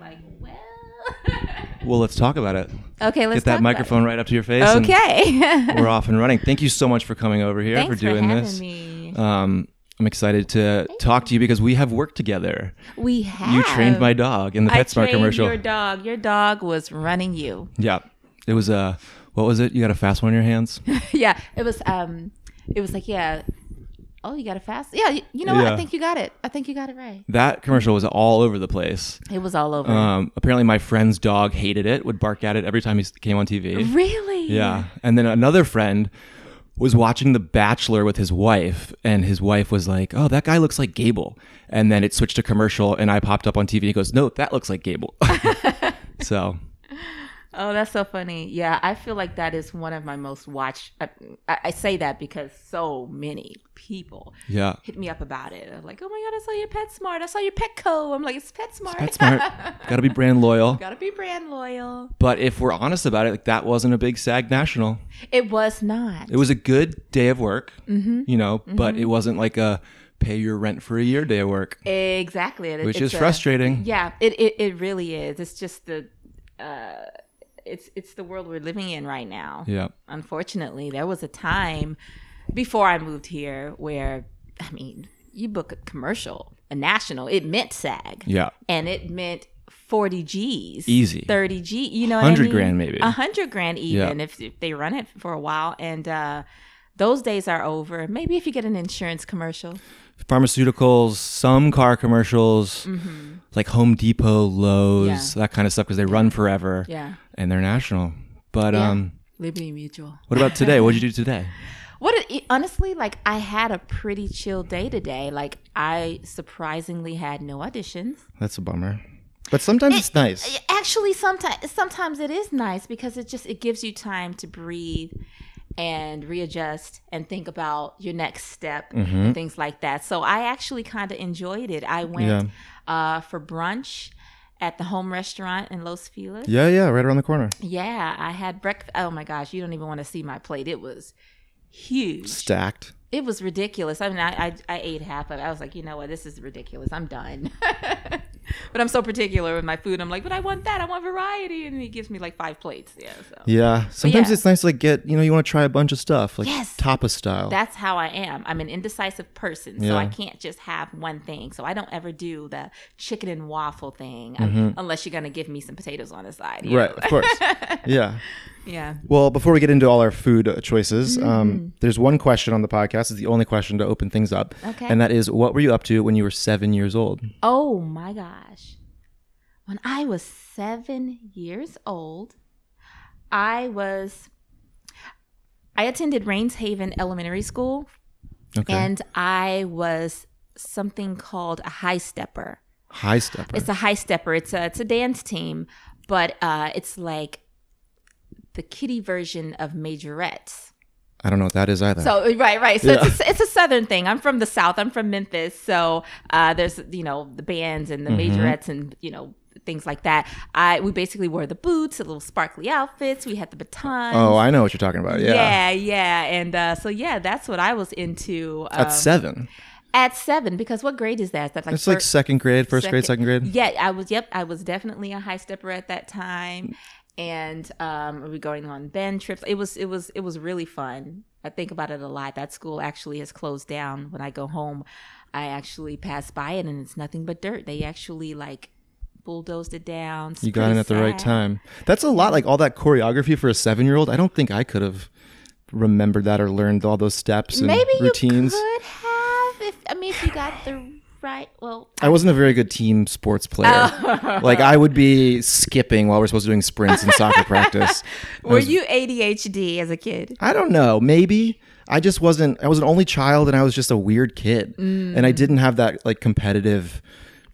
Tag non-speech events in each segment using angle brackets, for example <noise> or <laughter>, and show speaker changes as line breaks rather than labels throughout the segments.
like, well.
Well, let's talk about it.
okay, let's
Get that
talk about
microphone
it.
right up to your face. and
Okay. <laughs>
we're off and running. Thank you so much for coming over here
Thanks
for doing
having
this.
me.
Um, I'm excited to talk to you because we have worked together.
we have.
You trained my dog in the
I
PetSmart
trained
commercial.
Your dog. Your dog was running you.
yeah, it was uh, what was it? You got a fast one in your
<laughs>
hands.
<laughs> yeah. It was. Um. It was like yeah. Oh, you got it fast. Yeah. You, you know what?
Yeah.
I think you got it. I think you got it right. Uh,
That commercial was all over the place.
It was all over.
Um, apparently, my friend's dog hated it. Would bark at it every time he s- came on TV.
really?
Yeah. And then another friend was watching The Bachelor with his wife, and his wife was like, Oh, that guy looks like Gable. And then it switched to commercial, and I popped up on TV, and he goes, No, that looks like
<laughs>
Gable. so,
Oh, that's so funny. Yeah, I feel like that is one of my most watched. I, I I say that because so many people
yeah.
hit me up about it. They're like, oh my god, I saw your PetSmart. I saw your Petco. I'm like, it's PetSmart.
That's smart. Gotta be brand loyal.
<laughs> Gotta be brand loyal.
But if we're honest about it, like that wasn't a big SAG national.
It was not.
It was a good day of work,
Mm-hmm.
you know, but it wasn't like a pay your rent for a year day of work,
exactly. It-
which
it's
is
a-
frustrating.
Yeah, it, it it really is. It's just the. Uh, it's it's the world we're living in right now.
Yeah.
unfortunately, there was a time before I moved here where, I mean, you book a commercial, a national, it meant SAG.
Yeah.
And it meant 40 G's.
Easy.
30 G, you know,
100
what I mean?
grand maybe.
100 grand even if, if they run it for a while. And, uh, those days are over. Maybe if you get an insurance commercial.
pharmaceuticals, some car commercials, like Home Depot, Lowe's, that kind of stuff because they run forever
Mm-hmm. Yeah.
and they're national. But
Yeah.
um,
Liberty Mutual.
what about today? What did you do
<laughs>
today?
What it, honestly, like I had a pretty chill day today. Like I surprisingly had no auditions.
That's a bummer. But sometimes it's nice.
actually sometimes sometimes it is nice because it just it gives you time to breathe and readjust and think about your next step and things like that so i actually kind of enjoyed it i went uh, for brunch at the home restaurant in los feliz
Yeah, yeah, right around the corner.
yeah i had breakfast oh my gosh you don't even want to see my plate it was huge
Stacked.
it was ridiculous. I mean, I, I I ate half of it. I was like, you know what, this is ridiculous. I'm done. <laughs> but I'm so particular with my food. I'm like, but I want that. I want variety, and he gives me like five plates. Yeah. So
Yeah.
Sometimes yeah. it's
nice to like get, you know, you want to try a bunch of stuff, like
Yes.
tapa style.
that's how I am. I'm an indecisive person, so
Yeah.
I can't just have one thing. So I don't ever do the chicken and waffle thing um, unless you're gonna give me some potatoes on the side. you
Right,
know?
of
<laughs>
course. yeah.
Yeah.
Well, before we get into all our food uh, choices,
Mm.
um, there's one question on the podcast. It's the only question to open things up.
Okay.
And that is, what were you up to when you were seven years old?
Oh my gosh. When I was seven years old, I was I attended Rains Haven Elementary School
Okay.
and I was something called a high stepper.
High stepper.
It's a high stepper. It's a it's a dance team, but uh it's like the kiddie version of majorettes.
I don't know what that is either.
So right, right. So it's, a, it's a southern thing. I'm from the south. I'm from Memphis. So uh, there's you know the bands and the
Mm-hmm.
majorettes and you know things like that. I we basically wore the boots, the little sparkly outfits. We had the batons.
oh, I know what you're talking about. Yeah.
yeah, yeah. And uh, so yeah, that's what I was into um,
At seven.
at seven. Because what grade is that? Is that like
It's like
first-
second grade, first grade, second
second-
grade.
Yeah, I was. Yep, I was definitely a high stepper at that time, and um, we were going on band trips. It was, it was, it was really fun. I think about it a lot. That school actually has closed down. When I go home, I actually pass by it, and it's nothing but dirt. They actually like bulldozed it down. It's
You got in
pretty
at the right
sad.
time. That's a lot. Like all that choreography for a seven year old. I don't think I could have remembered that or learned all those steps and
Maybe
routines.
you could have. If I mean, if you got the right, well,
I wasn't a very good team sports player.
<laughs>
like I would be skipping while we're supposed to be doing sprints in
<laughs>
soccer practice. I,
were
was-
you ADHD as a kid?
I don't know. Maybe I just wasn't. I was an only child, and I was just a weird kid, and I didn't have that like competitive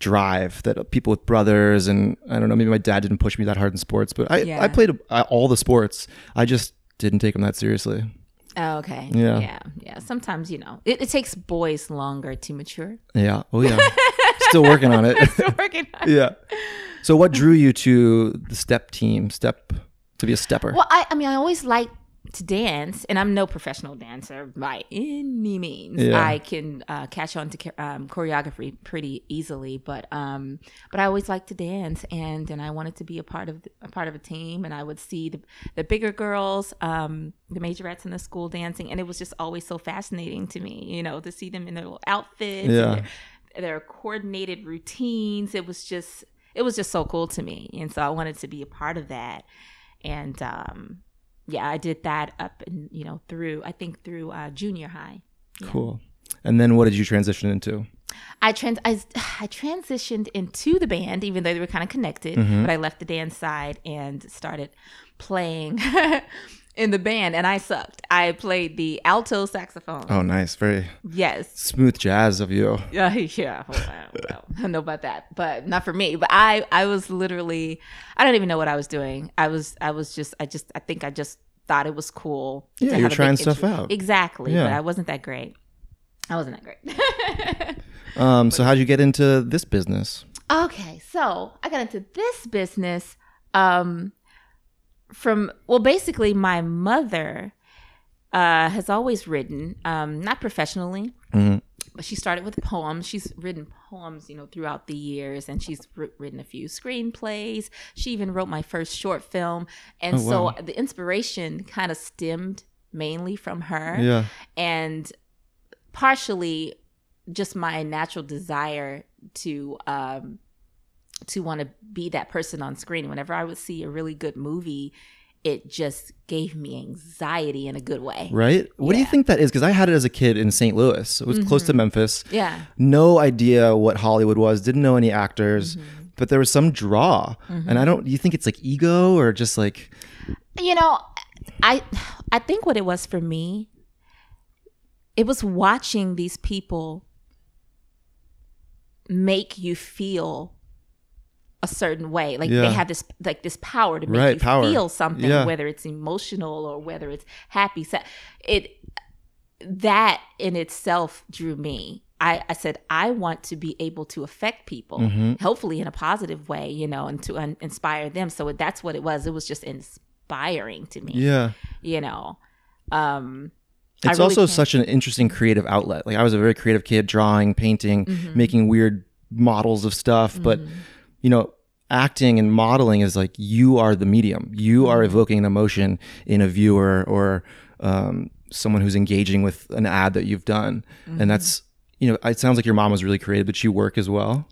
drive that people with brothers and I don't know. Maybe my dad didn't push me that hard in sports, but I
Yeah.
I played uh, all the sports. I just didn't take them that seriously.
Oh, okay.
Yeah.
Yeah. Yeah. Sometimes, you know, it, it takes boys longer to mature.
Yeah. Oh yeah. <laughs> Still working on it. <laughs>
Working on-
yeah. So what drew you to the step team? Step to be a stepper.
Well, I, I mean, I always liked to dance, and I'm no professional dancer by any means.
Yeah.
I can uh, catch on to cha- um, choreography pretty easily, but um, but I always liked to dance, and and I wanted to be a part of a part of a team, and I would see the, the bigger girls, um, the majorettes in the school dancing, and it was just always so fascinating to me, you know, to see them in their little outfits, and
Yeah.
their, their coordinated routines. It was just it was just so cool to me, and so I wanted to be a part of that, and um, yeah, I did that up and you know through I think through uh, junior high.
Cool. And then what did you transition into?
I trans I, I transitioned into the band, even though they were kind of connected.
Mm-hmm.
But I left the dance side and started playing <laughs> in the band, and I sucked. I played the alto saxophone.
Oh, nice. Very
Yes.
smooth jazz of you.
<laughs> Yeah, yeah. Well, I don't know. I don't know about that, but not for me. But I, I was literally, I don't even know what I was doing. I was, I was just, I just, I think I just thought it was cool.
Yeah,
to
you
have
were
a big
trying stuff
instrument.
out.
Exactly,
Yeah.
but I wasn't that great. I wasn't that great. <laughs>
Um, so how'd you get into this business?
Okay, so I got into this business um from well basically my mother uh has always written um not professionally
Mhm.
but she started with poems she's written poems you know throughout the years and she's wr- written a few screenplays she even wrote my first short film and
Oh,
so
wow.
the inspiration kind of stemmed mainly from her
Yeah.
and partially just my natural desire to um to want to be that person on screen whenever i would see a really good movie it just gave me anxiety in a good way
Right? What do you
Yeah.
think that is? Because I had it as a kid in St. Louis. It was close to Memphis.
yeah
No idea what Hollywood was, didn't know any actors, but there was some draw. And I don't, you think it's like ego or just like,
you know i i think what it was for me it was watching these people make you feel a certain way like
Yeah.
they have this like this power to make
Right,
you
power.
feel something
Yeah.
whether it's emotional or whether it's happy sad it that in itself drew me I, I said i want to be able to affect people
Mm-hmm.
hopefully in a positive way you know and to un- inspire them so that's what it was it was just inspiring to me
yeah.
you know um I
It's
really
also
can't-
such an interesting creative outlet. Like I was a very creative kid, drawing, painting,
Mm-hmm.
making weird models of stuff, but you know, acting and modeling is like you are the medium. You
Mm-hmm.
are evoking an emotion in a viewer or um, someone who's engaging with an ad that you've done,
Mm-hmm.
and that's you know, it sounds like your mom was really creative, but she work as well,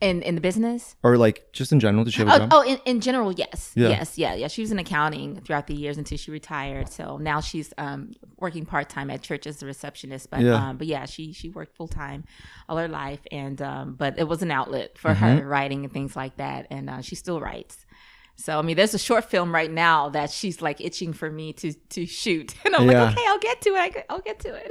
in in the business
or like just in general. Did she have a
Oh,
job?
oh in, in general, yes.
Yeah.
Yes, yeah, yeah. She was in accounting throughout the years until she retired. So now she's um, working part time at church as a receptionist. But
Yeah.
um, but yeah, she she worked full time all her life, and um, but it was an outlet for
Mm-hmm.
her writing and things like that. And uh, she still writes. So I mean, there's a short film right now that she's like itching for me to to shoot, <laughs> and I'm
Yeah.
like, okay, I'll get to it. I g- I'll get to it.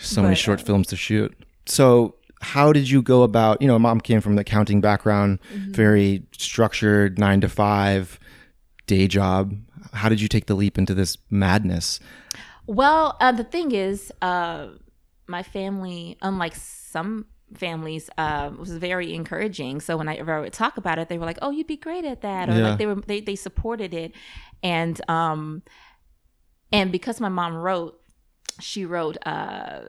so many short
uh,
films to shoot. So how did you go about? You know, mom came from the accounting background,
Mm-hmm.
very structured, nine to five, day job. How did you take the leap into this madness?
Well, uh, the thing is, uh, my family, unlike some families, uh, was very encouraging. So when I, when I would talk about it, they were like, "Oh, you'd be great at that," or
Yeah.
like they were they they supported it, and um, and because my mom wrote, she wrote uh,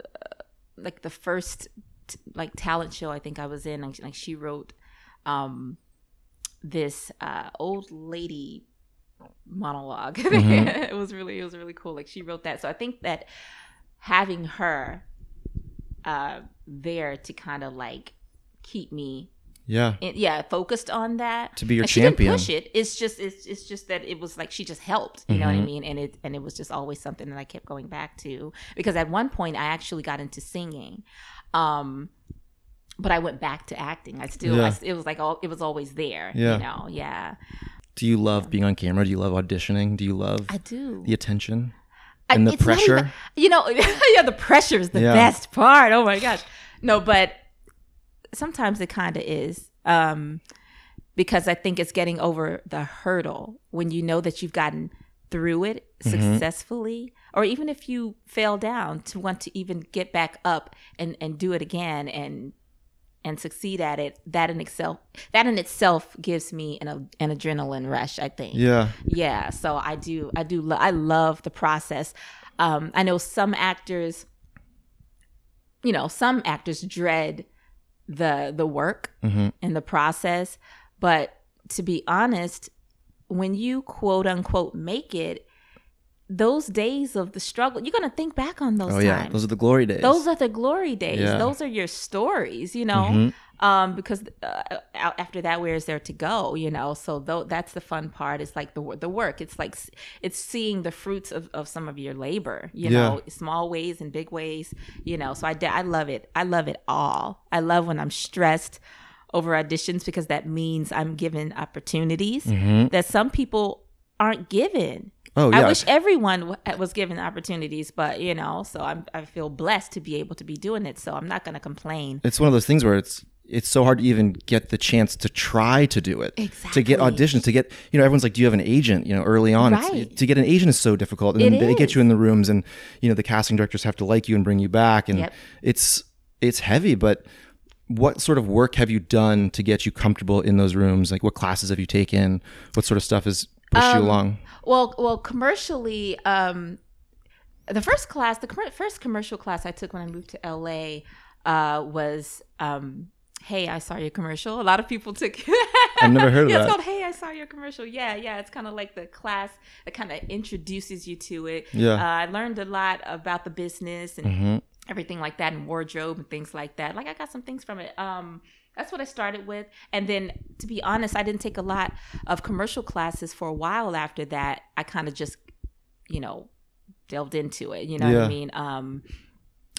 like the first t- like talent show I think I was in, like, like she wrote um this uh old lady <laughs> monolog it was really it was really cool. Like she wrote that. So I think that having her uh there to kind of like keep me
Yeah,
in, yeah focused on that
To be your
And She
champion.
didn't push it. It's just it's it's just that it was like she just helped. You know
Mm-hmm.
what I mean? And it and it was just always something that I kept going back to because at one point I actually got into singing. Um but I went back to acting. I still, I
Yeah.
s it was like all, it was always there.
Yeah.
You know, yeah.
do you love being on camera? Do you love auditioning? Do you love
I do.
the attention
I-
and the
it's not even-
pressure?
you know, <laughs> yeah, the pressure is the
Yeah.
best part. Oh my gosh. No, but sometimes it kind of is. Um, because I think it's getting over the hurdle when you know that you've gotten through it successfully, or even if you fell down, to want to even get back up and, and do it again and and succeed at it, that in itself that in itself gives me an, a- an adrenaline rush, I think.
Yeah.
Yeah, so I do I do lo- I love the process. Um I know some actors you know, some actors dread the the work
Mm-hmm.
and the process, but to be honest, when you quote unquote make it, those days of the struggle, you're going to think back on those
Oh
times.
yeah. Those are the glory days.
Those are the glory days.
Yeah. Mm-hmm.
Those are your stories, you know. Um, because uh, out- after that, where is there to go? You know. So though that's the fun part. It's like the wor- the work. It's like s- it's seeing the fruits of, of some of your labor. You
Yeah.
know, small ways and big ways. You know. So I de- I love it. I love it all. I love when I'm stressed over auditions because that means I'm given opportunities
Mm-hmm.
that some people aren't given.
oh yeah.
I wish everyone w- was given opportunities, but you know, so I'm, I feel blessed to be able to be doing it. So I'm not going to complain.
it's one of those things where it's it's so hard to even get the chance to try to do it to
Exactly.
get auditions to get you know everyone's like do you have an agent you know early on it's-
Right.
to get an agent is so difficult and
It
then they
is.
get you in the rooms and you know the casting directors have to like you and bring you back and
Yep.
it's it's heavy but what sort of work have you done to get you comfortable in those rooms like what classes have you taken what sort of stuff has pushed
Um,
you along
Well, well, commercially, um, the first class, the commer first commercial class I took when I moved to LA uh, was, um, hey, I saw your commercial. A lot of people took. <laughs>
i've never heard of
yeah, <laughs> it's
that
called Hey, I Saw Your Commercial. Yeah, yeah. It's kind of like the class that kind of introduces you to it.
Yeah. Mm-hmm.
Uh, I learned a lot about the business and everything like that, and wardrobe and things like that. Like I got some things from it. Um, that's what I started with. And then, to be honest, I didn't take a lot of commercial classes for a while after that. I kind of just, you know, delved into it. You know what
Yeah.
I mean? Um,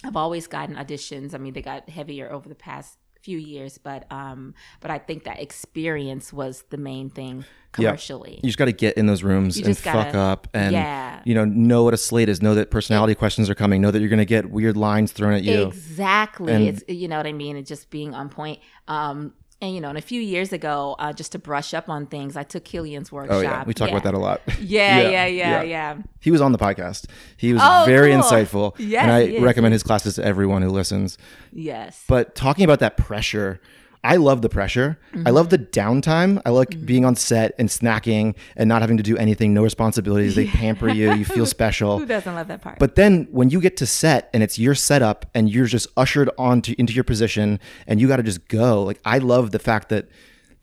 I've always gotten auditions. I mean, they got heavier over the past few years, but um, but I think that experience was the main thing commercially.
you just got to get in those rooms
You
and
just gotta-
fuck up and
yeah.
you know know what a slate is know that personality questions are coming know that you're going to get weird lines thrown at you
Exactly.
And-
it's you know what I mean. It's just being on point. Um, and you know, and a few years ago, uh, just to brush up on things, I took Killian's workshop.
oh yeah we talk about that a lot
Yeah, yeah, yeah,
yeah.
yeah.
<laughs> he was on the podcast he was
Oh,
very
cool.
insightful
Yes,
and i
he is.
recommend his classes to everyone who listens
Yes.
but talking about that pressure I love the pressure. I love
Mm-hmm.
the downtime. I like
Mm.
being on set and snacking and not having to do anything, no responsibilities. They pamper you.
<laughs>
You feel special.
Who doesn't love that part?
But then when you get to set and it's your setup and you're just ushered on to into your position and you got to just go. Like I love the fact that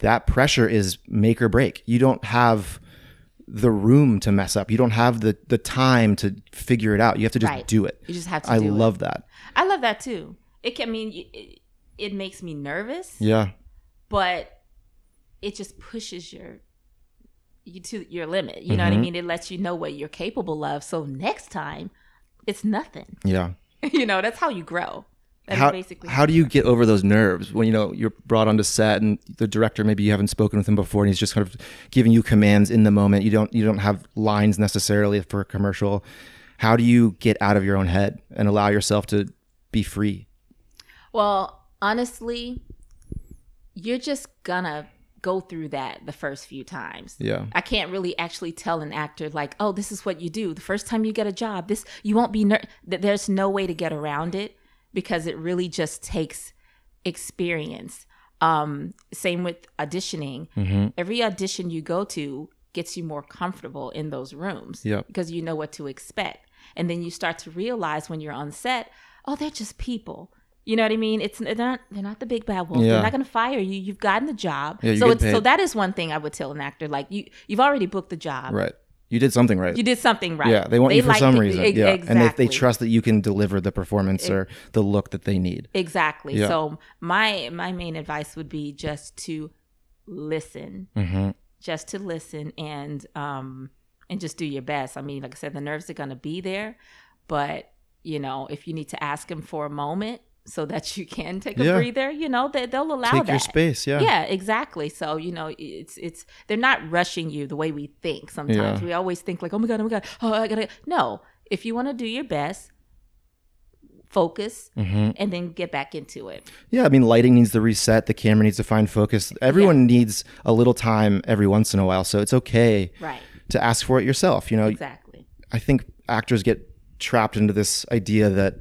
that pressure is make or break. You don't have the room to mess up. You don't have the the time to figure it out. You have to just
Right.
do it.
You just have to
I
do it.
love that.
I love that too. It can I mean y- it, it makes me nervous,
Yeah.
but it just pushes your you to your limit. You know
Mm-hmm.
what I mean? It lets you know what you're capable of. So next time, it's nothing. <laughs>
Yeah.
you know, that's how you grow. That's
How,
basically
how do you get over those nerves when you know you're brought onto set and the director maybe you haven't spoken with him before and he's just kind of giving you commands in the moment you don't you don't have lines necessarily for a commercial how do you get out of your own head and allow yourself to be free
Well, honestly, you're just gonna go through that the first few times.
yeah
I can't really actually tell an actor like, "Oh, this is what you do." The first time you get a job, this you won't be ner- th- there's no way to get around it because it really just takes experience. Um same with auditioning.
Mm-hmm.
Every audition you go to gets you more comfortable in those rooms
Yep.
because you know what to expect. And then you start to realize when you're on set, "Oh, they're just people." You know what I mean? It's they're not they're not the big bad wolf.
Yeah.
They're not going to fire you. You've gotten the job.
Yeah, you
so
get
it's so
paid.
that is one thing I would tell an actor. Like you, you've already booked the job.
right you did something right
Uh, You did something right.
yeah they want you for
like
some
to-
reason
ex-
yeah and they,
exactly.
they trust that you can deliver the performance or the look that they need
Exactly.
Yeah.
So my my main advice would be just to listen,
Mhm.
just to listen, and um and just do your best. I mean, like I said, the nerves are going to be there, but you know, if you need to ask them for a moment so that you can take a
Yeah.
breather, you know, they, they'll allow
take
that.
your space yeah
yeah exactly so you know it's it's they're not rushing you the way we think sometimes
Yeah.
we always think like oh my god oh my god oh i gotta no if you want to do your best focus
Mm-hmm.
and then get back into it
Yeah, I mean, lighting needs to reset. The camera needs to find focus. Everyone needs a little time every once in a while, so it's okay
right
to ask for it yourself. You know,
exactly
I think actors get trapped into this idea that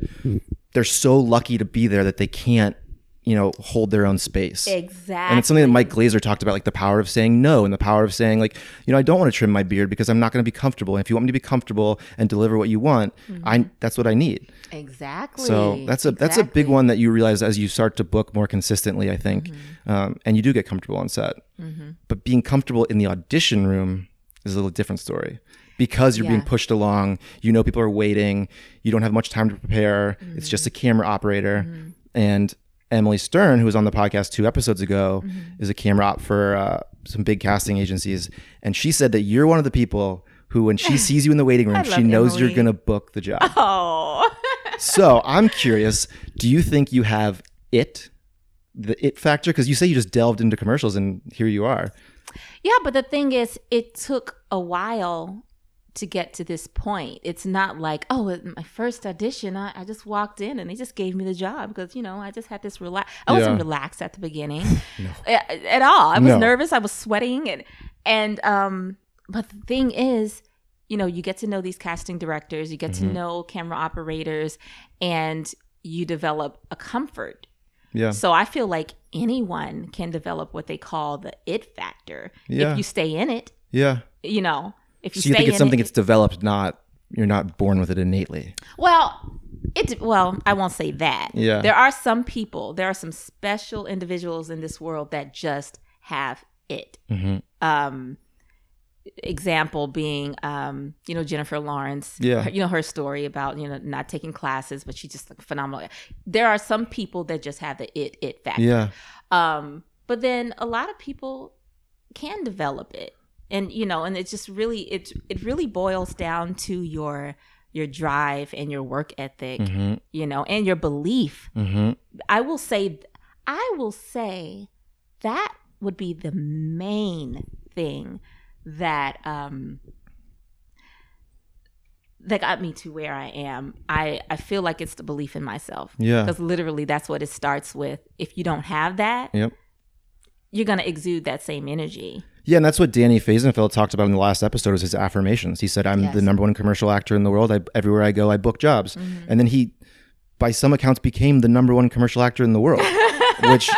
they're so lucky to be there that they can't you know, hold their own space.
Exactly.
And it's something that Mike Glazer talked about, like the power of saying no and the power of saying, like, you know, I don't want to trim my beard because I'm not going to be comfortable. And if you want me to be comfortable and deliver what you want, I
Mm-hmm.
that's what I need.
exactly.
So that's a that's a big
Exactly.
one that you realize as you start to book more consistently. I think,
Mm-hmm.
um, and you do get comfortable on set, but being comfortable in the audition room is a little different story because you're being
Yeah.
pushed along. You know people are waiting. You don't have much time to prepare. It's just
Mm-hmm.
a camera operator and. Emily Stern, who was on the podcast two episodes ago,
Mm-hmm.
is a camera op for uh, some big casting agencies, and she said that you're one of the people who,
<laughs>
when she sees you in the waiting room, she
love
knows you're
Emily.
gonna book the job.
Oh.
So I'm curious, do you think you have it, the it factor? Because you say you just delved into commercials and here you are.
Yeah, but the thing is, it took a while to get to this point. It's not like, oh, at my first audition, I, I just walked in and they just gave me the job because, you know, I just had this relax. I wasn't
Yeah.
relaxed at the
<laughs>
beginning at, at all. I was
No.
nervous. I was sweating. And, and, um, but the thing is, you know, you get to know these casting directors, you get
Mhm.
to know camera operators, and you develop a comfort
Yeah.
so I feel like anyone can develop what they call the it factor
Yeah.
if you stay in it.
Yeah.
You know, if you
So you
stay
think it's
in
something
it,
it's developed, not you're not born with it innately.
well, it well, I won't say that.
Yeah.
There are some people, there are some special individuals in this world that just have it.
Mm-hmm.
Um example being um you know Jennifer Lawrence
Yeah.
her- you know her story about you know not taking classes but she's just like phenomenal there are some people that just have the it it factor
Yeah.
Um, but then a lot of people can develop it, and you know, and it's just really it it really boils down to your your drive and your work ethic,
Mm-hmm.
you know, and your belief.
Mm-hmm.
I will say, I will say that would be the main thing that um that got me to where I am. I I feel like it's the belief in myself
Yeah.
because literally that's what it starts with. If you don't have that,
Yep.
you're gonna exude that same energy.
Yeah, and that's what Danny Faisenfeld talked about in the last episode was his affirmations. He said, "I'm
Yes.
the number one commercial actor in the world. I, everywhere I go, I book jobs."
Mm-hmm.
And then he, by some accounts, became the number one commercial actor in the
<laughs>
world, which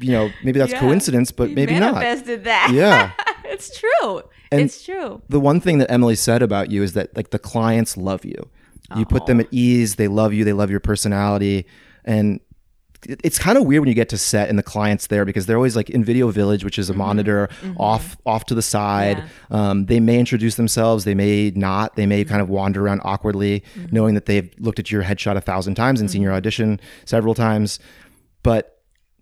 you know maybe that's
Yeah.
coincidence, but
You
maybe not.
manifested that.
Yeah.
<laughs> it's true.
And-
it's true.
the one thing that Emily said about you is that like the clients love you. You put them at ease. They love you. They love your personality. And it- it's kind of weird when you get to set and the clients there because they're always like in Video Village, which is a monitor off off to the side. Um, they may introduce themselves. They may not. They may kind of wander around awkwardly, knowing that they've looked at your headshot a thousand times and seen your audition several times. But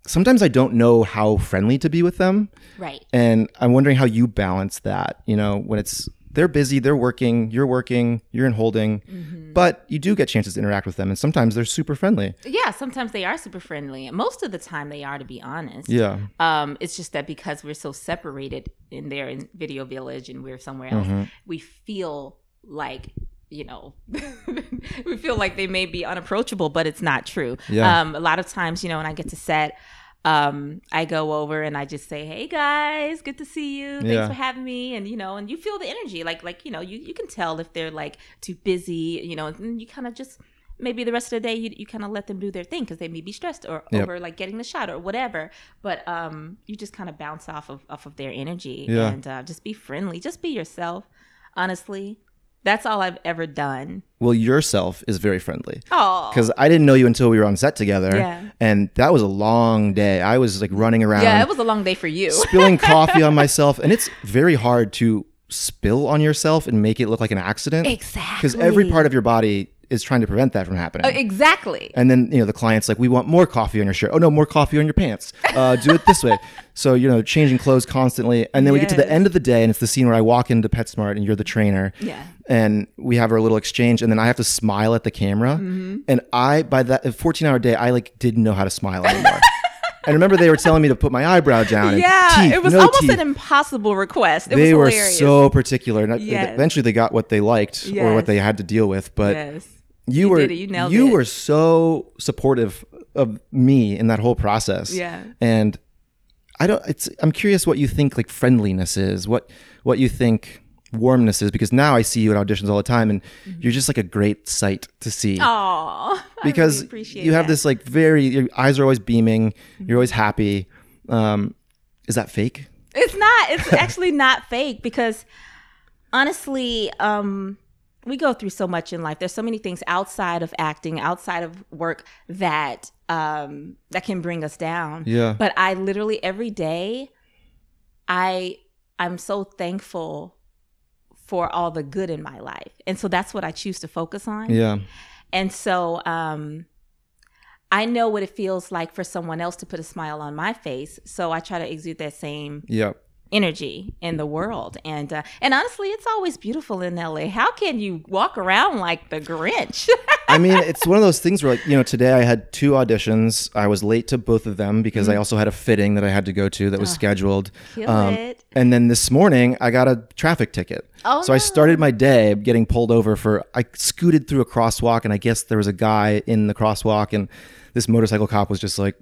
sometimes I don't know how friendly to be with them.
Right.
And I'm wondering how you balance that, you know, when it's they're busy, they're working, you're working, you're in holding,
Mm-hmm.
but you do get chances to interact with them. And sometimes they're super friendly.
Yeah, sometimes they are super friendly. Most of the time they are to be honest.
Yeah.
Um, it's just that because we're so separated in there in Video Village and we're somewhere else,
Mm-hmm.
we feel like you know <laughs> we feel like they may be unapproachable, but it's not true.
Yeah.
Um, a lot of times, you know, when I get to set, um, I go over and I just say, "Hey guys, good to see you. Thanks
Yeah.
for having me." And you know, and you feel the energy, like like you know, you you can tell if they're like too busy, you know, and you kind of just maybe the rest of the day you, you kind of let them do their thing because they may be stressed or
Yep.
over like getting the shot or whatever but um you just kind of bounce off of off of their energy
Yeah.
and uh, just be friendly just be yourself honestly that's all i've ever done
Well, yourself is very friendly.
oh
Because I didn't know you until we were on set together.
Yeah.
And that was a long day. I was like running around,
yeah <laughs> it was a long day for you
spilling coffee on myself. And it's very hard to spill on yourself and make it look like an accident.
exactly
Because every part of your body is trying to prevent that from happening.
exactly
And then you know the client's like, "We want more coffee on your shirt. Oh no, more coffee on your pants. Uh, do it this way." <laughs> So you know, changing clothes constantly. And then we get to the
Yes.
end of the day, and it's the scene where I walk into PetSmart, and you're the trainer.
Yeah.
And we have our little exchange, and then I have to smile at the camera.
Mm-hmm.
And I, by that 14 hour day, I like didn't know how to smile anymore. <laughs> and remember, they were telling me to put my eyebrow down. and
yeah
teeth,
it was
no
almost
teeth.
an impossible request it
they
was
were
hilarious
so particular, and I-
Yes.
eventually they got what they liked or
Yes.
what they had to deal with. But
yes
you, were
did it. You nailed it.
were so supportive of me in that whole process.
Yeah.
And I don't it's I'm curious what you think like friendliness is. What what you think warmness is because now I see you at auditions all the time, and you're just like a great sight to see
Mm-hmm. Oh,
<laughs> because
really appreciate
you have
that. Mm-hmm.
this like very your eyes are always beaming, you're always happy. Um, is that fake?
It's not.
<laughs>
It's actually not fake because honestly, um, we go through so much in life. There's so many things outside of acting, outside of work that um, that can bring us down.
Yeah.
But I literally every day, I I'm so thankful for all the good in my life, and so that's what I choose to focus on.
Yeah,
And so um, I know what it feels like for someone else to put a smile on my face. So I try to exude that same
yeah.
energy in the world. And uh, and honestly, it's always beautiful in LA. How can you walk around like the Grinch? <laughs>
I mean, it's one of those things where, like, you know, today I had two auditions. I was late to both of them because I also had a fitting that I had to go to that was scheduled.
Kill it.
And then this morning, I got a traffic ticket.
Oh,
so I started my day getting pulled over for, I scooted through a crosswalk, and I guess there was a guy in the crosswalk, and this motorcycle cop was just like,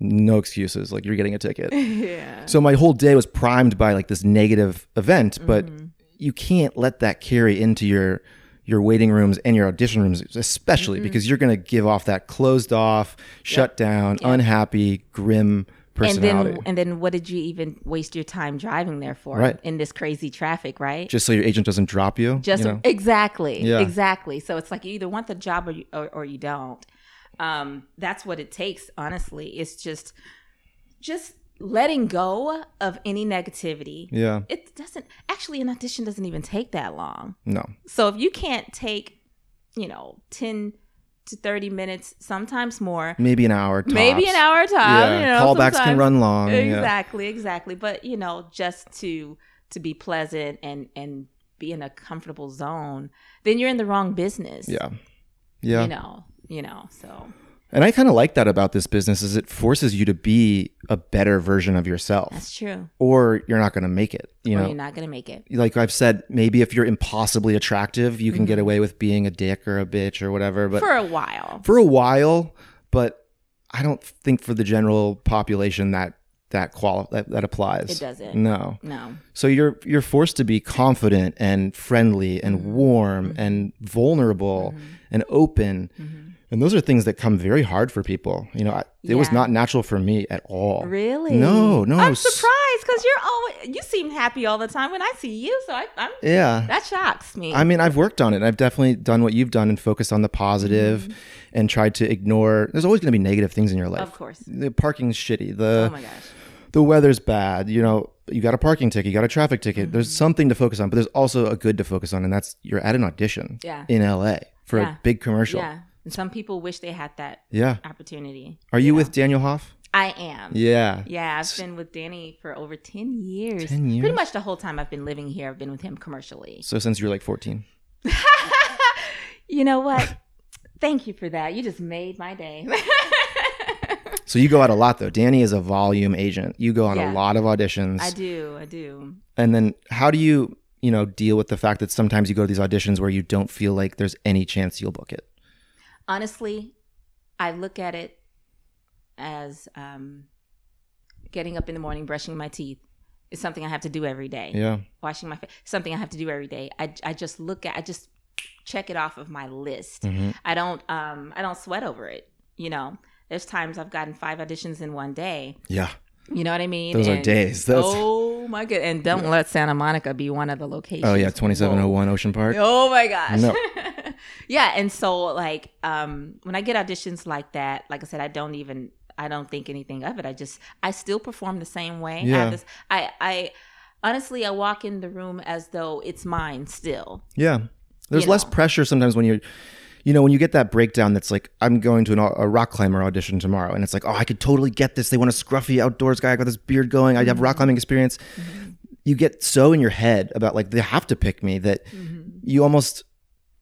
no excuses. Like, you're getting a
<laughs>
ticket.
Yeah.
So my whole day was primed by like this negative event, but
Mm-hmm.
you can't let that carry into your your waiting rooms and your audition rooms,
Mm-hmm.
especially because you're going to give off that closed off, shut down, unhappy,
And
grim personality.
then and then what did you even waste your time driving there for
Right.
in this crazy traffic, right?
just so your agent doesn't drop you.
Just
you know?
exactly,
Yeah.
exactly. So it's like you either want the job or you, or, or you don't. Um, that's what it takes. Honestly, it's just just letting go of any negativity.
yeah.
It doesn't actually an audition doesn't even take that long.
No.
So if you can't take, you know, ten to thirty minutes, sometimes more,
Maybe an hour. Tops.
maybe an hour time.
Yeah.
You know,
Callbacks can
sometimes-
run long. yeah.
Exactly, exactly. But you know, just to to be pleasant and and be in a comfortable zone, then you're in the wrong business.
Yeah. Yeah.
You know. You know. So
And I kind of like that about this business is it forces you to be a better version of yourself
that's true.
or you're not going to make it, you
or
know.
you're not gonna make it.
like I've said, maybe if you're impossibly attractive, you can get away with being a dick or a bitch or whatever. But for,
Mm-hmm. for a while.
a while, but I don't think for the general population that that quali- that, that applies.
It doesn't.
No.
No.
So you're you're forced to be confident and friendly and
Mm-hmm.
warm and vulnerable and open.
Mm-hmm.
And those are things that come very hard for people. You know, I, it was
Yeah.
not natural for me at all.
Really?
No, no.
I'm
s-
surprised because you're always you seem happy all the time when I see you. So I, I'm
Yeah.
that shocks me.
I mean, I've worked on it. I've definitely done what you've done and focused on the positive and tried to ignore. There's always going to be negative things in your life.
Mm-hmm. of course.
The parking's shitty.
Oh
The
my gosh.
the weather's bad. You know, you got a parking ticket. You got a traffic ticket. There's
Mm-hmm.
something to focus on, but there's also a good to focus on, and that's you're at an audition
Yeah.
in LA for
Yeah.
a big commercial. Yeah.
Yeah. And some people wish they had that opportunity.
Are you
know?
with Daniel Hoff?
I am.
Yeah.
Yeah, I've been with Danny for over 10 years.
10 years?
Pretty much the whole time I've been living here, I've been with him commercially.
So since you were like 14.
You know
<laughs>
what? Thank you for that. You just made my day. <laughs>
So you go out a lot though. Danny is a volume agent. You go on
Yeah.
a lot of auditions.
I do. I do.
And then how do you, you know, deal with the fact that sometimes you go to these auditions where you don't feel like there's any chance you'll book it?
Honestly, I look at it as um, getting up in the morning, brushing my teeth is something I have to do every day.
Yeah.
Washing my face, something I have to do every day. I, I just look at, I just check it off of my list.
Mhm.
I don't um I don't sweat over it. You know, there's times I've gotten five auditions in one day.
Yeah.
You know what I mean?
Those are
And-
days. Those-
Oh my god! And don't let Santa Monica be one of the locations.
Oh yeah,
Whoa.
2701 Ocean Park.
Oh my gosh.
No.
<laughs> yeah, and so like um when I get auditions like that, like I said, I don't even I don't think anything of it. I just I still perform the same way. I,
Yeah.
have this, I I honestly I walk in the room as though it's mine still.
Yeah. There's
You
less
know.
pressure sometimes when you're you know, when you get that breakdown that's like, I'm going to an, au- a rock climber audition tomorrow, and it's like, oh, I could totally get this. They want a scruffy outdoors guy. I got this beard going. I have
Mm-hmm.
rock climbing experience. You get so in your head about like, they have to pick me that
Mm-hmm.
you almost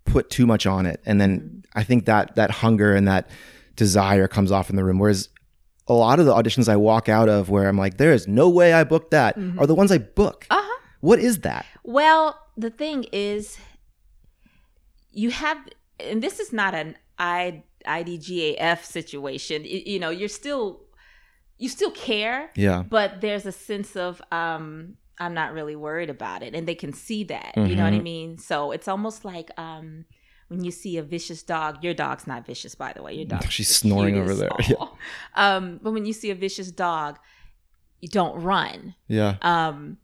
put too much on it. And then I think that that hunger and that desire comes off in the room. Whereas a lot of the auditions I walk out of where I'm like, there is no way I booked that
Mm-hmm.
are the ones I book.
Uh-huh.
What is that?
Well, the thing is, you have, and this is not an I, IDGAF situation. Y- you know, you're still, you still care,
Yeah.
but there's a sense of um, I'm not really worried about it. And they can see that. You know what I
Mm-hmm.
mean? So it's almost like um when you see a vicious dog, your dog's not vicious by the way. Your dog
<laughs> She's snoring over there. <laughs> Yeah.
Um but when you see a vicious dog, you don't run
Yeah.
um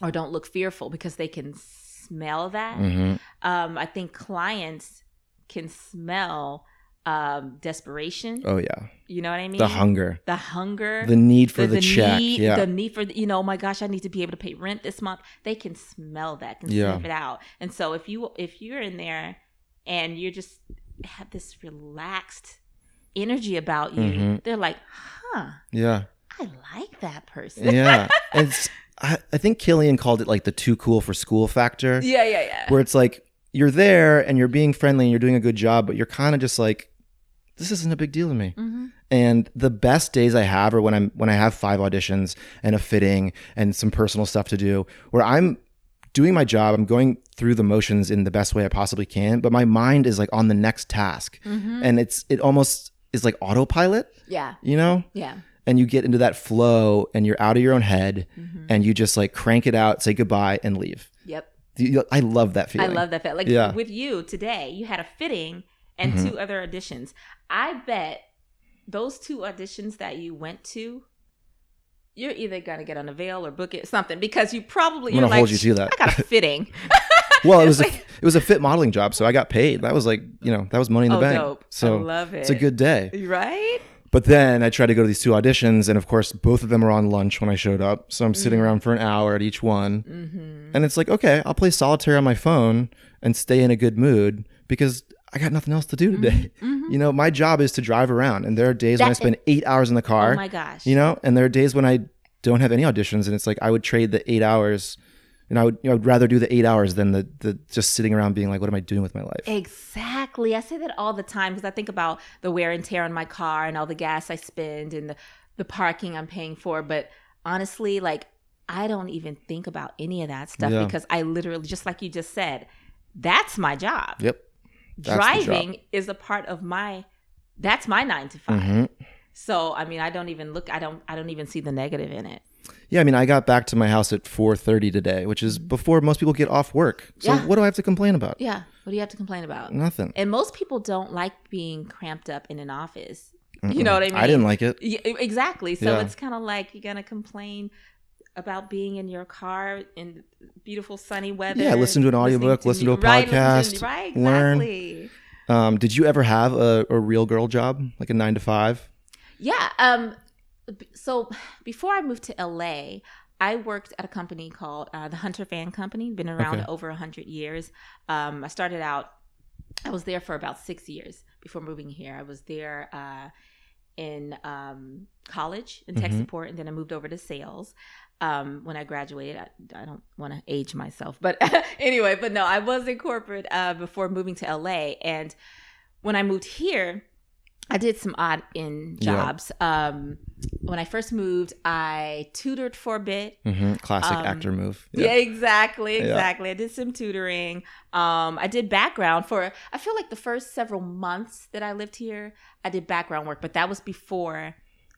or don't look fearful because they can smell that.
hmm
Um I think clients can smell um desperation.
Oh yeah.
You know what I mean?
The hunger,
The hunger
the need for the, check.
need,
yeah.
the need for the, you know, oh my gosh, I need to be able to pay rent this month. They can smell that, can
Yeah.
sniff it out. And so if you if you're in there and you're just have this relaxed energy about you,
Mhm.
they're like, huh, <laughs>
yeah.
I like that person.
Yeah. and it's, I, I think Killian called it like the too cool for school factor.
<laughs> Yeah, yeah, yeah.
where it's like you're there and you're being friendly and you're doing a good job, but you're kind of just like, this isn't a big deal to me.
hmm
And the best days I have are when I'm when I have five auditions and a fitting and some personal stuff to do, where I'm doing my job, I'm going through the motions in the best way I possibly can, but my mind is like on the next task,
hmm
and it's it almost is like autopilot,
Yeah,
you know.
yeah.
And you get into that flow, and you're out of your own head,
hmm
and you just like crank it out, say goodbye, and leave.
Yep.
You- I love that
I
feeling.
love that. Fact. Like
Yeah.
with you today, you had a fitting and
Mhm.
two other auditions. I bet those two auditions that you went to, you're either gonna get on a veil or book it something because you probably
I'm
you're
gonna
like,
hold you to that.
I got a
<laughs>
fitting.
<laughs> Well,
<laughs>
it was a, it was a fit modeling job, so I got paid. That was like you know that was money in the
oh,
bank.
dope! I
So
love it.
it's a good day.
right.
But then I tried to go to these two auditions, and of course both of them are on lunch when I showed up. So I'm sitting around for an hour at each one,
Mm-hmm.
and it's like okay, I'll play solitaire on my phone and stay in a good mood because I got nothing else to
Mm-hmm.
do today. <laughs> You know, my job is to drive around, and there are days when I
That-
spend eight hours in the car.
Oh my gosh!
You know, and there are days when I don't have any auditions, and it's like I would trade the eight hours, and I would you know, I'd rather do the eight hours than the the just sitting around being like, what am I doing with my life?
Exactly. I say that all the time because I think about the wear and tear on my car and all the gas I spend and the, the parking I'm paying for. But honestly, like, I don't even think about any of that stuff
Yeah.
because I literally, just like you just said, that's my job.
Yep. that's the job.
Driving is a part of my, that's my nine to 5
Mhm.
So, I mean, I don't even look, I don't, I don't even see the negative in it.
Yeah, I mean, I got back to my house at four thirty today, which is before most people get off work. So
Mm-hmm. Yeah.
what do I have to complain about?
Yeah. What do you have to complain about?
Nothing.
And most people don't like being cramped up in an office. You know what I mean?
I didn't like it.
Yeah, e- exactly. So
Yeah.
it's kind of like you're gonna complain about being in your car in beautiful sunny weather.
Yeah, listen to an
listening
audiobook, listen to a
mu- right, listen
podcast,
to- Right,
learn.
exactly.
Um, did you ever have a, a real girl job, like a nine to five?
Yeah. Um. b- So before I moved to LA, I worked at a company called uh, the Hunter Fan Company. Been around
Okay.
over a hundred years. Um, I started out. I was there for about six years before moving here. I was there uh, in um, college in tech
Mhm.
support, and then I moved over to sales. Um, when I graduated, I, I don't want to age myself, but <laughs> anyway, but no, I was in corporate uh, before moving to LA, and when I moved here, I did some odd in
Yeah.
jobs. Um, when I first moved, I tutored for a bit.
Mm-hmm. Classic
Um,
actor move.
Yeah, exactly,
Yeah.
exactly. I did some tutoring. Um, I did background for. I feel like the first several months that I lived here, I did background work, but that was before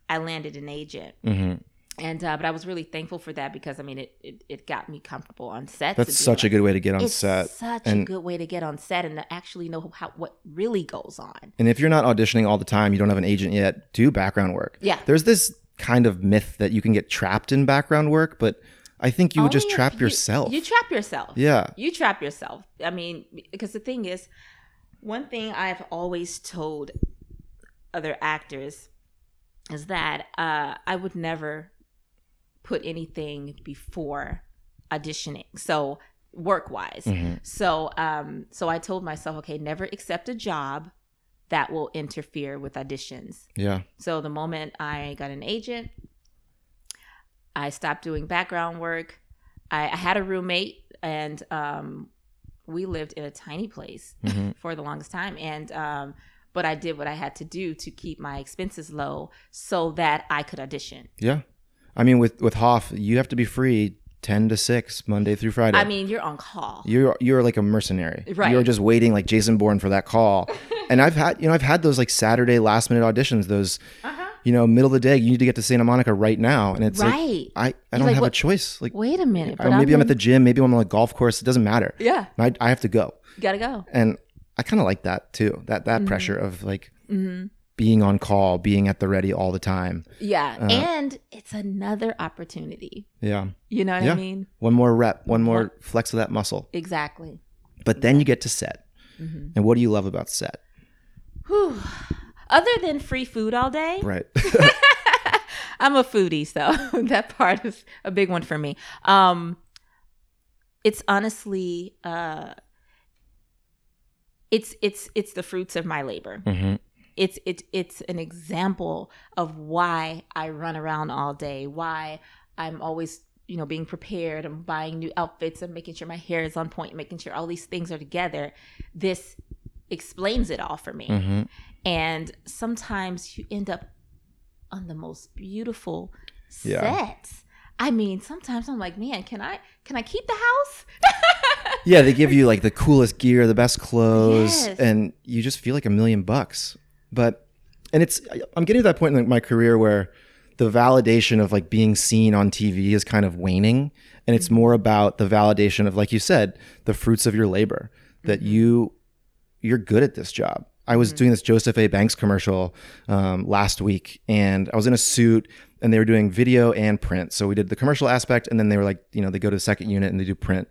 I landed an agent.
hmm
And uh, but I was really thankful for that because I mean it it, it got me comfortable on set.
That's such a good way to get on
it's
set.
Such a
and-
good way to get on set and to actually know how what really goes on.
And if you're not auditioning all the time, you don't have an agent yet, do background work.
Yeah.
There's this kind of myth that you can get trapped in background work, but I think you would just
Only if
trap
Oh, you-
yourself.
You trap yourself.
yeah.
You trap yourself. I mean, because the thing is, one thing I've always told other actors is that uh, I would never put anything before auditioning. So work wise.
Mhm.
So um so I told myself, okay, never accept a job that will interfere with auditions.
Yeah.
So the moment I got an agent, I stopped doing background work. I, I had a roommate, and um, we lived in a tiny place
Mhm.
for the longest time. And um, but I did what I had to do to keep my expenses low so that I could audition.
Yeah. I mean, with with Hoff, you have to be free ten to six Monday through Friday.
I mean, you're on call.
you're you're like a mercenary.
Right.
You're just waiting
<laughs>
like Jason Bourne for that call. and I've had you know I've had those like Saturday last minute auditions. Those
Uh-huh.
you know, middle of the day, you need to get to Santa Monica right now. And it's
Right.
like, I, I
You're
don't
like,
have
what-
a choice. Like,
Wait a minute.
or maybe I'm, at the gym, maybe I'm on a golf course. It doesn't matter.
Yeah.
And I, I have to go.
You gotta go.
And I kind of like that too. That,
Mm-hmm.
that pressure of like being on call, being at the ready all the time.
Yeah.
Uh-huh.
and it's another opportunity.
Yeah.
You know what I
Yeah.
mean?
One more rep, one more flex of that muscle.
Exactly. Mm-hmm.
But then you get to set. And what do you love about set?
Whew. Other than free food all day,
<laughs> Right.
<laughs> I'm a foodie, so <laughs> that part is a big one for me. Um, it's honestly, uh, it's it's it's the fruits of my labor.
mm-hmm.
it's it it's an example of why I run around all day, why I'm always you know being prepared, I'm buying new outfits, I'm making sure my hair is on point, making sure all these things are together. This explains it all for me.
Mm-hmm.
And sometimes you end up on the most beautiful
Yeah.
sets. I mean, sometimes I'm like, man, can I can I keep the house?
Yeah, they give you like the coolest gear, the best clothes,
Yes.
and you just feel like a million bucks. But and it's I- I'm getting to that point in my career where the validation of like being seen on TV is kind of waning, and it's more about the validation of like you said, the fruits of your labor that you you're good at this job. I
Mm-hmm.
was doing this Joseph A. Banks commercial um, last week, and I was in a suit, and they were doing video and print. So we did the commercial aspect, and then they were like, you know, they go to the second unit and they do print.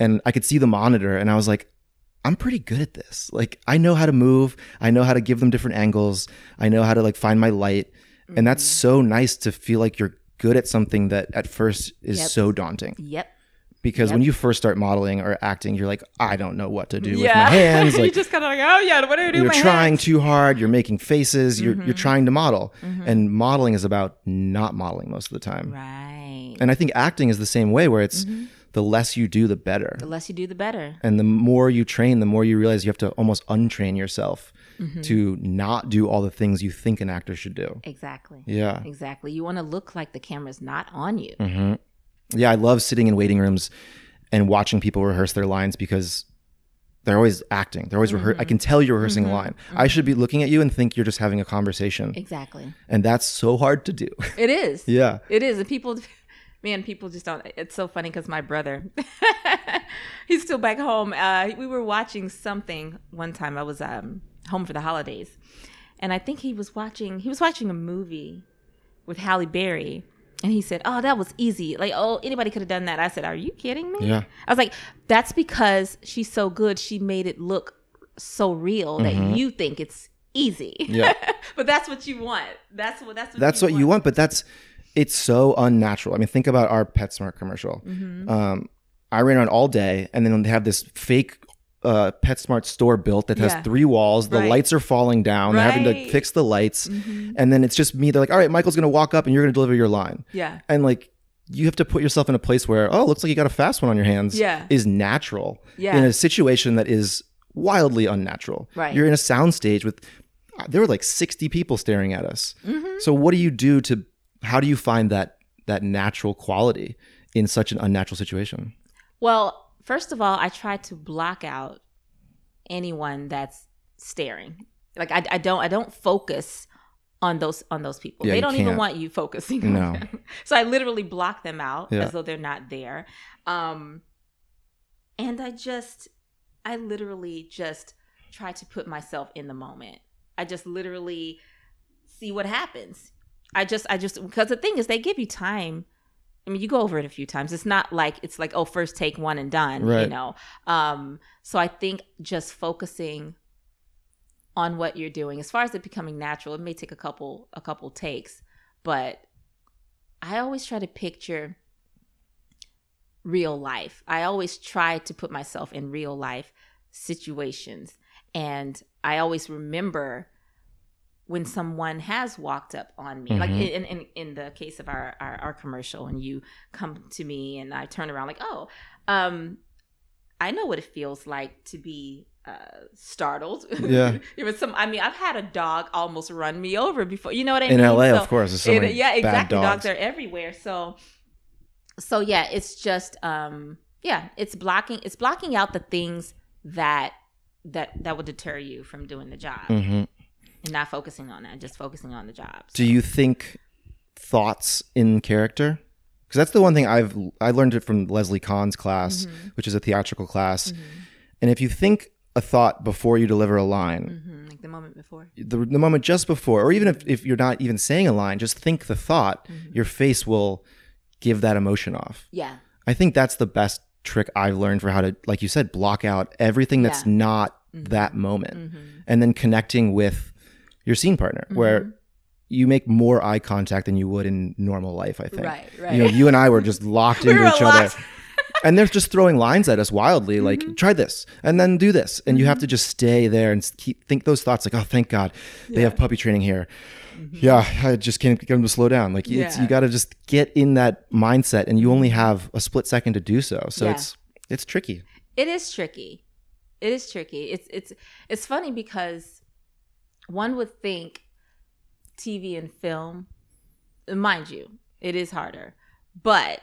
And I could see the monitor, and I was like, I'm pretty good at this. Like, I know how to move, I know how to give them different angles, I know how to like find my light. And that's
Mm-hmm.
so nice to feel like you're good at something that at first is
Yep.
so daunting
Yep.
because when
Yep.
you first start modeling or acting, you're like, I don't know what to do
yeah. <laughs>
with my hands.
you
Like,
just kind of like, oh yeah, what do I do?
you're
with my Mm-hmm.
trying
hands?
too hard you're making faces you're, you're trying to model and modeling is about not modeling most of the time
Mm-hmm. Right. Mm-hmm.
and i think acting is the same way where it's the less you do the better
The less you do, the better.
and the more you train the more you realize you have to almost untrain yourself
Mm-hmm.
to not do all the things you think an actor should do
Exactly.
yeah Mm-hmm.
Exactly. You want to look like the camera's not on you.
yeah i love sitting in waiting rooms and watching people rehearse their lines because they're always acting they're always rehearsing i can
Mm-hmm.
tell you're rehearsing a line i should be looking at you and think you're just having a conversation
Exactly.
and that's so hard to do <laughs>
It is.
yeah
It is. And people, <laughs> man, people just don't. It's so funny because my brother, <laughs> he's still back home. Uh, we were watching something one time. I was um, home for the holidays, and I think he was watching. He was watching a movie with Halle Berry. And he said, "Oh, that was easy. Like, oh, anybody could have done that." I said, "Are you kidding me?"
Yeah.
I was like, "That's because she's so good. She made it look so real that you think it's easy."
Mm-hmm. Yeah.
<laughs> but that's what you want. That's what that's what
that's what you want but that's it's so unnatural i mean think about our petsmart commercial
Mm-hmm.
um, i ran around all day and then they have this fake uh, PetSmart store built that has
Yeah.
three walls. The
Right.
lights are falling down. They're having
Right. Mm-hmm.
to fix the lights, and then it's just me. They're like, "All right, Michael's going to walk up, and you're going to deliver your line."
Yeah.
And like, you have to put yourself in a place where, oh, looks like you got a fast one on your hands.
Yeah.
is natural.
Yeah.
in a situation that is wildly unnatural.
Right.
you're in a soundstage with uh, there were like 60 people staring at us.
Mm-hmm.
So what do you do to how do you find that that natural quality in such an unnatural situation?
Well, first of all, I try to block out anyone that's staring. Like I, I don't I don't focus on those on those people.
Yeah,
they
you
don't even
can't.
want you focusing on
No.
them. <laughs> So I literally block them out
Yeah.
as though they're not there. Um and I just I literally just try to put myself in the moment. I just literally see what happens. I just I just because the thing is they give you time. I mean, you go over it a few times. It's not like it's like oh, first take one and done, you
Right.
know. Um so I think just focusing on what you're doing as far as it becoming natural, it may take a couple a couple takes, but I always try to picture real life. I always try to put myself in real life situations. And I always remember when someone has walked up on me, like
Mhm.
in, in, in the case of our, our, our commercial, and you come to me and I turn around, like, oh, um, I know what it feels like to be uh, startled.
Yeah.
<laughs> it was some, I mean, I've had a dog almost run me over before. You know what I
In
mean?
LA,
So-
of course, there's so
it-
many
yeah, exactly.
bad
Dogs.
dogs.
are everywhere. So, so yeah, it's just um, yeah, it's blocking it's blocking out the things that that that would deter you from doing the job.
Mhm.
and not focusing on that, just focusing on the jobs.
Do you think thoughts in character? Because that's the one thing I've I learned it from Leslie Kahn's class,
Mm-hmm.
which is a theatrical class. And if you think a thought before you deliver a line,
hmm like the moment before.
the, the moment just before, or even if, if you're not even saying a line, just think the thought,
Mm-hmm.
your face will give that emotion off.
Yeah.
I think that's the best trick I've learned for how to, like you said, block out everything that's
Yeah. Mm-hmm.
not that moment and then connecting with your scene partner
Mm-hmm.
where you make more eye contact than you would in normal life, I think.
Right,
You know,
right.
you and I were just
<laughs>
locked into
were
each other.
locked. Mm-hmm.
and they're just throwing lines at us wildly, like, try this and then do this. And you have to just stay there and s- keep think those thoughts like, oh, thank God they have puppy training here.
Mm-hmm.
Yeah, I just can't get them to slow down. Like, it's,
Yeah.
you got to just get in that mindset and you only have a split second to do so. So
Yeah.
it's, it's tricky.
It is tricky. It is tricky. It's it's it's funny because one would think TV and film, mind you, it is harder. But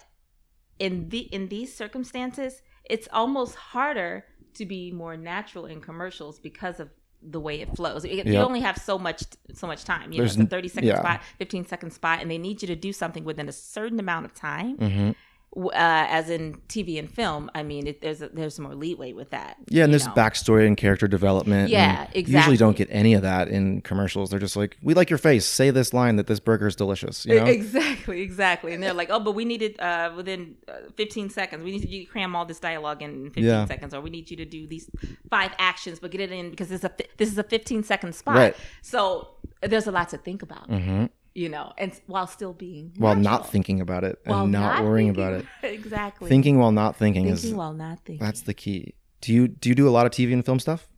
in the in these circumstances, it's almost harder to be more natural in commercials because of the way it flows. You you
Yeah.
only have so much so much time. You
There's
know,
n-
it's a 30 second
yeah.
spot, 15 second spot, and they need you to do something within a certain amount of time.
Mm-hmm.
w- uh, as in TV and film, I mean, it, there's a, there's more leeway with that.
Yeah, and
you
there's
know.
backstory and character development.
Yeah,
and you Usually don't
exactly.
get any of that in commercials. They're just like, we like your face. Say this line that this burger is delicious.
E-,
You know?
Exactly, exactly. And they're like, oh, but we need it uh, within uh, 15 seconds. We need you to cram all this dialogue in 15
Yeah.
seconds, or we need you to do these five actions, but get it in because this is a fi- this is a 15 second spot.
Right.
So there's a lot to think about,
hmm
you know, and s- while still being
While not
natural.
thinking about it and
While
not, worrying
thinking-
about it.
<laughs> exactly.
Thinking while not thinking,
Thinking
is
while not thinking.
that's the key. Do you do you do a lot of TV and
<laughs>
film stuff?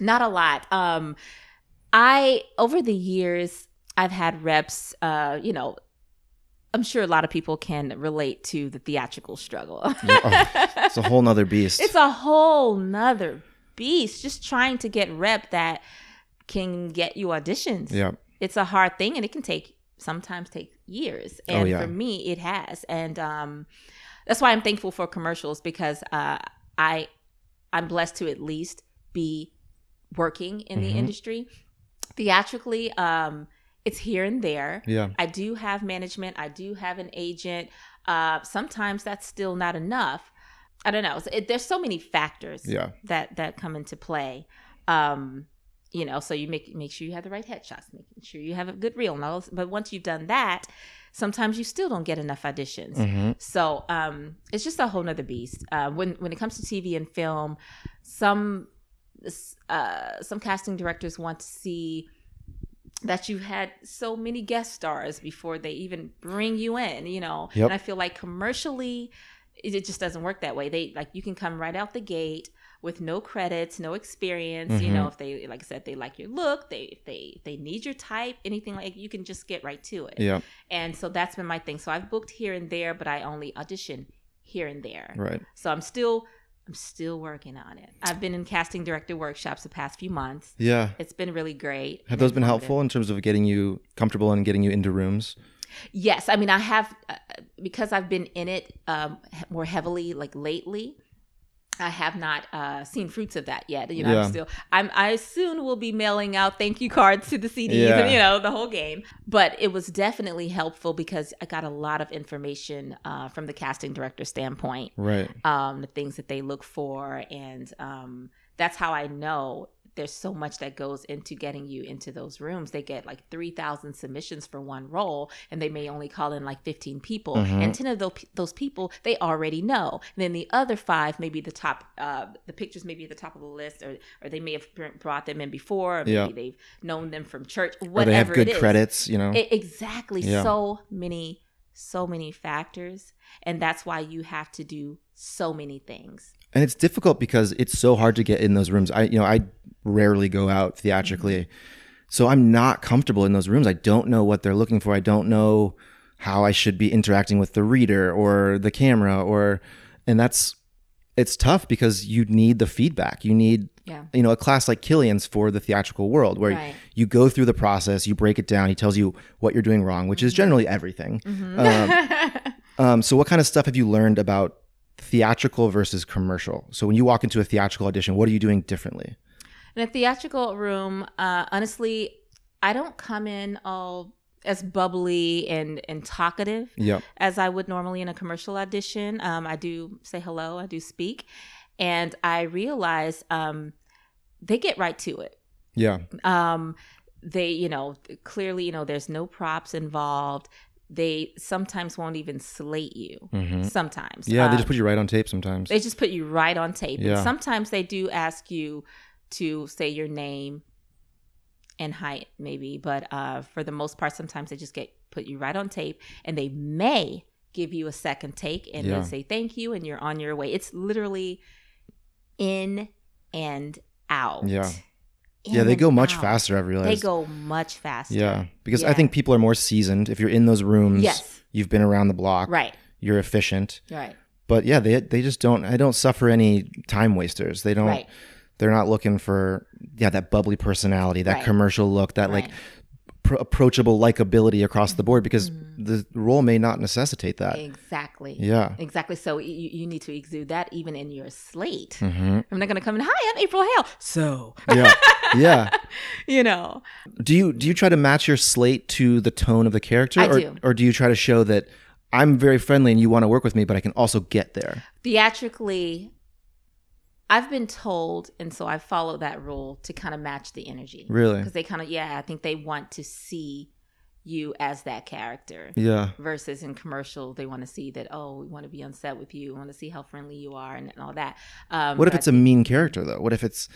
not a lot um i over the years i've had reps uh you know i'm sure a lot of people can relate to the theatrical struggle <laughs>
Oh, it's a whole nother beast.
it's a whole nother beast just trying to get rep that can get you auditions
yeah.
it's a hard thing and it can take sometimes take years
Oh,
and
yeah.
for me it has and um that's why i'm thankful for commercials because uh i i'm blessed to at least be working in the
Mhm.
industry theatrically um it's here and there
Yeah.
I do have management. I do have an agent. Uh, sometimes that's still not enough. I don't know. So It, there's so many factors
Yeah.
that that come into play. Um, you know, so you make make sure you have the right headshots, making sure you have a good reel. And all this. But once you've done that, sometimes you still don't get enough auditions.
hmm
So um, it's just a whole nother beast. Uh, when when it comes to TV and film, some uh, some casting directors want to see that you've had so many guest stars before they even bring you in. You know,
Yep.
and I feel like commercially, it, it just doesn't work that way. They like you can come right out the gate with no credits, no experience. You know, if they like I said, they like your look, they if they if they need your type, anything like you can just get right to it.
Yeah.
And so that's been my thing. So I've booked here and there, but I only audition here and there.
Right.
So I'm still I'm still working on it. I've been in casting director workshops the past few months.
Yeah.
It's been really great.
Have those been
Informative.
helpful in terms of getting you comfortable and getting you into rooms?
Yes, I mean I have uh, because I've been in it um, he- more heavily like lately. I have not uh, seen fruits of that yet. You know,
Yeah.
I'm still. I'm. I soon will be mailing out thank you cards to the CDs
Yeah.
and you know the whole game. But it was definitely helpful because I got a lot of information uh, from the casting director standpoint
Right.
um, the things that they look for, and um, that's how I know there's so much that goes into getting you into those rooms. They get like three thousand submissions for one role, and they may only call in like fifteen people,
Mhm.
and ten of those those people they already know. And then the other five may be the top. Uh, the pictures may be at the top of the list, or or they may have br- brought them in before. Or maybe
Yeah.
they've known them from church. Whatever
or they have good
it is.
credits, you know?
E- exactly.
Yeah.
So many, so many factors. And that's why you have to do so many things.
and it's difficult because it's so hard to get in those rooms i you know i rarely go out theatrically so i'm not comfortable in those rooms i don't know what they're looking for i don't know how i should be interacting with the reader or the camera or and that's it's tough because you need the feedback you need
Yeah.
you know a class like killian's for the theatrical world where
Right.
you go through the process you break it down he tells you what you're doing wrong which is generally everything
Mm-hmm.
um,
<laughs>
um, so, what kind of stuff have you learned about theatrical versus commercial? So, when you walk into a theatrical audition, what are you doing differently?
In a theatrical room, uh, honestly, I don't come in all as bubbly and and talkative
Yep.
as I would normally in a commercial audition. Um, I do say hello, I do speak, and I realize um, they get right to it.
Yeah.
Um, they, you know, clearly, you know, there's no props involved. They sometimes won't even slate you.
hmm
Sometimes,
Yeah.
Uh,
They just put you right on tape sometimes.
they just put you right on tape. And
Yeah.
sometimes they do ask you to say your name and height, maybe, but uh, for the most part, sometimes they just get put you right on tape, and they may give you a second take and
Yeah.
they say thank you, and you're on your way. It's literally in and out.
Yeah.
In
yeah. They
and
go much
out.
faster. I've realized.
Oh They go much faster.
Yeah, because
Yeah.
I think people are more seasoned. If you're in those rooms,
Yes.
you've been around the block.
Right.
You're efficient.
Right.
But yeah, they they just don't. I don't suffer any time wasters. They don't.
Right.
They're not looking for yeah that bubbly personality, that
Right.
commercial look, that like
Right.
pr- approachable likability across the board because
Mm.
the role may not necessitate that.
Exactly.
Yeah.
Exactly. So you, you need to exude that even in your slate.
hmm
I'm not going to come in. Hi, I'm April Hale. So,
Yeah. yeah.
you know,
Do you do you try to match your slate to the tone of the character,
I
or
do.
or do you try to show that I'm very friendly and you want to work with me, but I can also get there?
theatrically, I've been told, and so I follow that rule to kind of match the energy.
Really?
Because they kind of, yeah, I think they want to see you as that character.
Yeah.
Versus in commercial, they want to see that, oh, we want to be on set with you. We want to see how friendly you are and, and all that. Um,
What if
but
it's a mean character though? What if it's,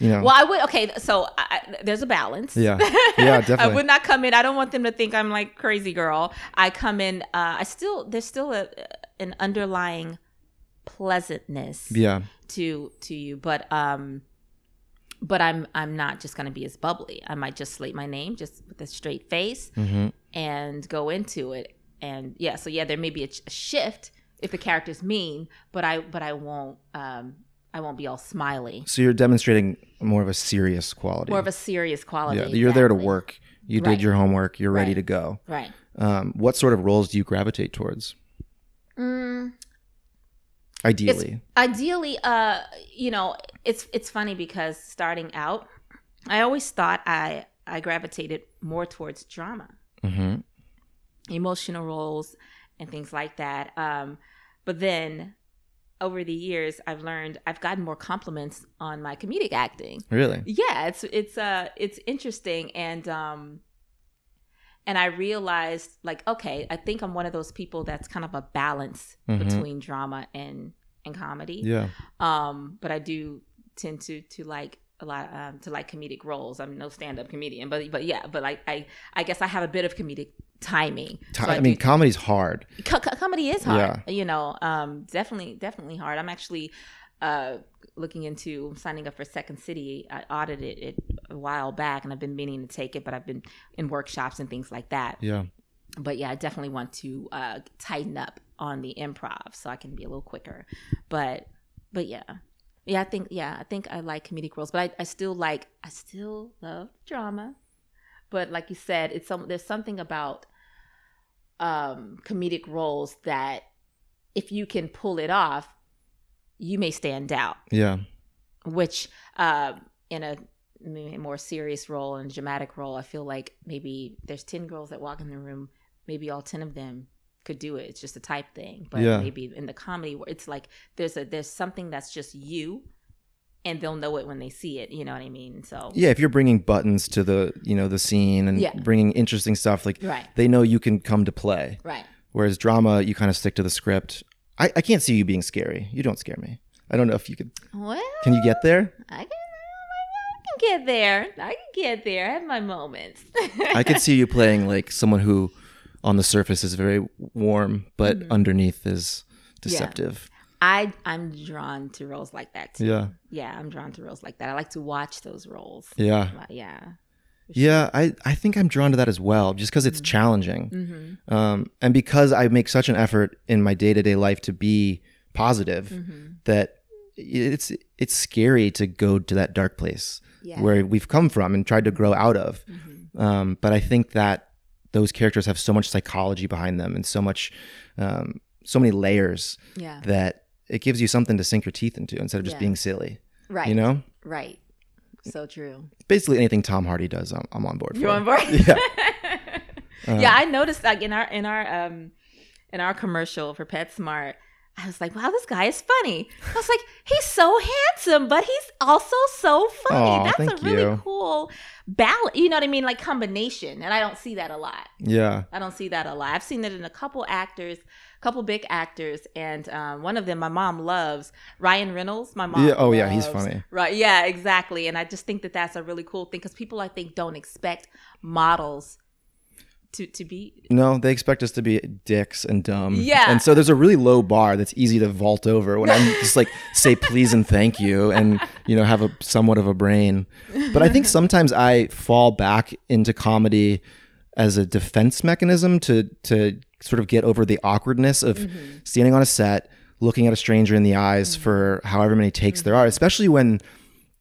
you know?
Well, I would okay. So I, I- there's a balance. <laughs>
Yeah. Yeah,
I
definitely.
would not come in. I don't want them to think I'm like crazy girl. I come in. Uh, I still there's still a an underlying pleasantness
yeah.
to to you, but um, but I'm I'm not just gonna be as bubbly. I might just slate my name just with a straight face
hmm
and go into it. And yeah, so yeah, there may be a, ch- a shift if the character's mean, but I but I won't um I won't be all smiley.
So you're demonstrating more of a serious quality.
More of a serious quality.
yeah. You're there to
exactly.
work. You
Right.
did your homework. You're ready
Right.
to go.
Right.
Um, what sort of roles do you gravitate towards?
Mm,
Ideally.
ideally, uh, you know, it's it's funny because starting out, I always thought I I gravitated more towards drama,
hmm
emotional roles, and things like that. Um, but then over the years, I've learned I've gotten more compliments on my comedic acting.
Really?
yeah it's it's uh it's interesting and um and i realized like okay i think i'm one of those people that's kind of a balance
Mhm.
between drama and and comedy
Yeah.
um but i do tend to to like a lot um, to like comedic roles i'm no stand-up comedian but but yeah but like i i guess i have a bit of comedic timing
Ti-
So
I mean,
do-
comedy's hard.
Co- co- comedy is hard you know um definitely definitely hard i'm actually uh looking into signing up for second city i audited it a while back and i've been meaning to take it but i've been in workshops and things like that
Yeah.
but yeah i definitely want to uh tighten up on the improv so i can be a little quicker but but yeah yeah i think yeah i think i like comedic roles but i, I still like i still love drama but like you said it's some there's something about um comedic roles that if you can pull it off you may stand out
Yeah.
which uh, in a m- more serious role and dramatic role, I feel like maybe there's 10 girls that walk in the room, maybe all 10 of them could do it. It's just a type thing. But
Yeah.
maybe in the comedy, where it's like there's a there's something that's just you and they'll know it when they see it. You know what I mean? So,
Yeah. If you're bringing buttons to the, you know, the scene and
Yeah.
bringing interesting stuff, like
right,
they know you can come to play.
right.
Whereas drama, you kind of stick to the script. I, I can't see you being scary. You don't scare me. I don't know if you could.
Well,
Can you get there?
I can, I can get there. I can get there. I have my moments.
I could see you playing like someone who, on the surface, is very warm, but
Mm-hmm.
underneath is deceptive.
<laughs> I, I'm drawn to roles like that too.
Yeah.
yeah, I'm drawn to roles like that. I like to watch those roles.
Yeah.
Like, Yeah.
Yeah. I, I think I'm drawn to that as well, just because it's
Mm.
challenging.
Mm-hmm.
Um, and because I make such an effort in my day to day life to be positive,
Mm-hmm.
that it's it's scary to go to that dark place
Yeah.
where we've come from and tried to grow out of.
Mhm.
Um, but I think that those characters have so much psychology behind them and so much, um, so many layers
Yeah.
that it gives you something to sink your teeth into instead of just
Yeah.
being silly.
Right.
You know?
Right. So true.
Basically, anything Tom Hardy does, I'm, I'm on board for.
You're on
<laughs>
board.
Yeah.
<laughs> yeah, I noticed like in our in our um in our commercial for PetSmart, I was like, wow, this guy is funny. I was like, he's so handsome, but he's also so funny.
Aw,
That's
thank
a really
you.
cool balance. You know what I mean? Like combination. And I don't see that a lot.
Yeah.
I don't see that a lot. I've seen it in a couple actors, couple big actors, and um, one of them my mom loves Ryan Reynolds. My mom.
Yeah, oh, yeah, he's
loves-
funny.
Right. Yeah. Exactly. And I just think that that's a really cool thing because people I think don't expect models to to be.
No, they expect us to be dicks and dumb.
Yeah.
And so there's a really low bar that's easy to vault over when I'm just like say please and thank you and you know have a somewhat of a brain. But I think sometimes I fall back into comedy as a defense mechanism to to sort of get over the awkwardness of standing on a set, looking at a stranger in the eyes for however many takes there are, especially when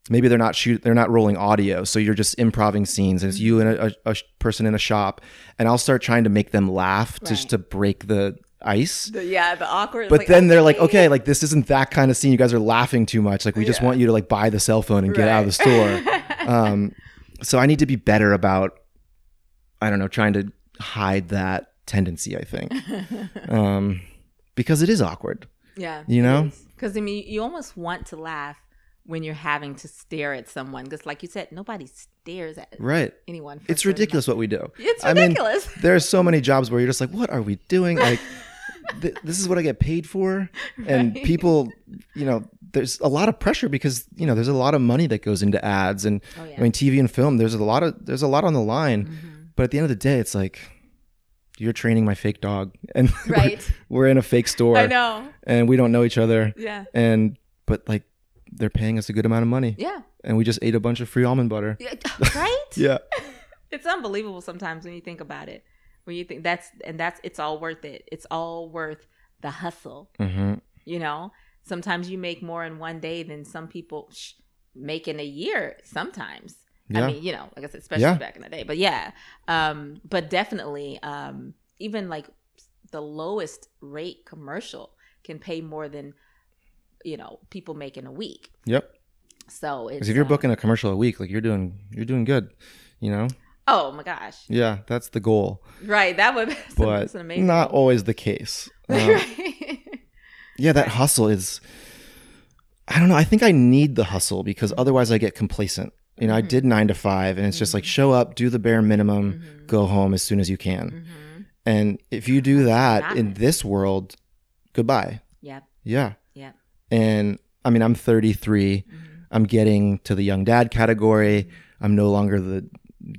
maybe they're not shoot they're not rolling audio so you're just improving scenes and it's you and a, a, a sh- person in a shop and i'll start trying to make them laugh
Right.
just to break the ice
The, yeah. The awkward.
but then they're like okay like this isn't that kind of scene you guys are laughing too much like we just want you to like buy the cell phone and get out of the store um so i need to be better about i don't know trying to hide that tendency i think um because it is awkward
Yeah.
you know
Because I mean, you almost want to laugh when you're having to stare at someone because, like you said, nobody stares at
right
anyone. for
it's
a certain
ridiculous what we do
amount- It's
I mean, <laughs>
ridiculous.
there are so many jobs where you're just like, what are we doing?
<laughs>
Like, th- this is what I get paid for. And
Right.
people, you know, there's a lot of pressure because, you know, there's a lot of money that goes into ads and
oh yeah.
I mean, TV and film, there's a lot of, there's a lot on the line,
Mhm.
but at the end of the day, it's like, you're training my fake dog <laughs> and we're-
Right.
we're, in a fake store
I know.
and we don't know each other.
Yeah.
And, but like, they're paying us a good amount of money
Yeah.
and we just ate a bunch of free almond butter.
Yeah, <laughs> right?
Yeah.
It's unbelievable sometimes when you think about it. When you think that's and that's it's all worth it. It's all worth the hustle,
hmm
you know? Sometimes you make more in one day than some people sh- make in a year sometimes.
Yeah.
I mean, you know, like I said, especially
Yeah.
back in the day. But yeah. Um, but definitely, um, even like the lowest rate commercial can pay more than, you know, people make in a week.
yep.
So it's
Because if you're
um,
booking a commercial a week, like you're doing, you're doing good, you know.
Oh my gosh.
Yeah, that's the goal,
Right. That <laughs> would
but
that's an amazing.
not always
<laughs>
the case. <laughs> Um,
right.
yeah, that hustle is. I don't know. I think I need the hustle because otherwise I get complacent. You know, I
Mhm.
did nine to five, and it's just
Mm-hmm.
like show up, do the bare minimum,
Mhm.
go home as soon as you can.
Mhm.
And if you do that
Not
in
it.
this world, goodbye.
Yep.
Yeah.
Yeah.
And I mean, I'm 33.
Mhm.
I'm getting to the young dad category. I'm no longer the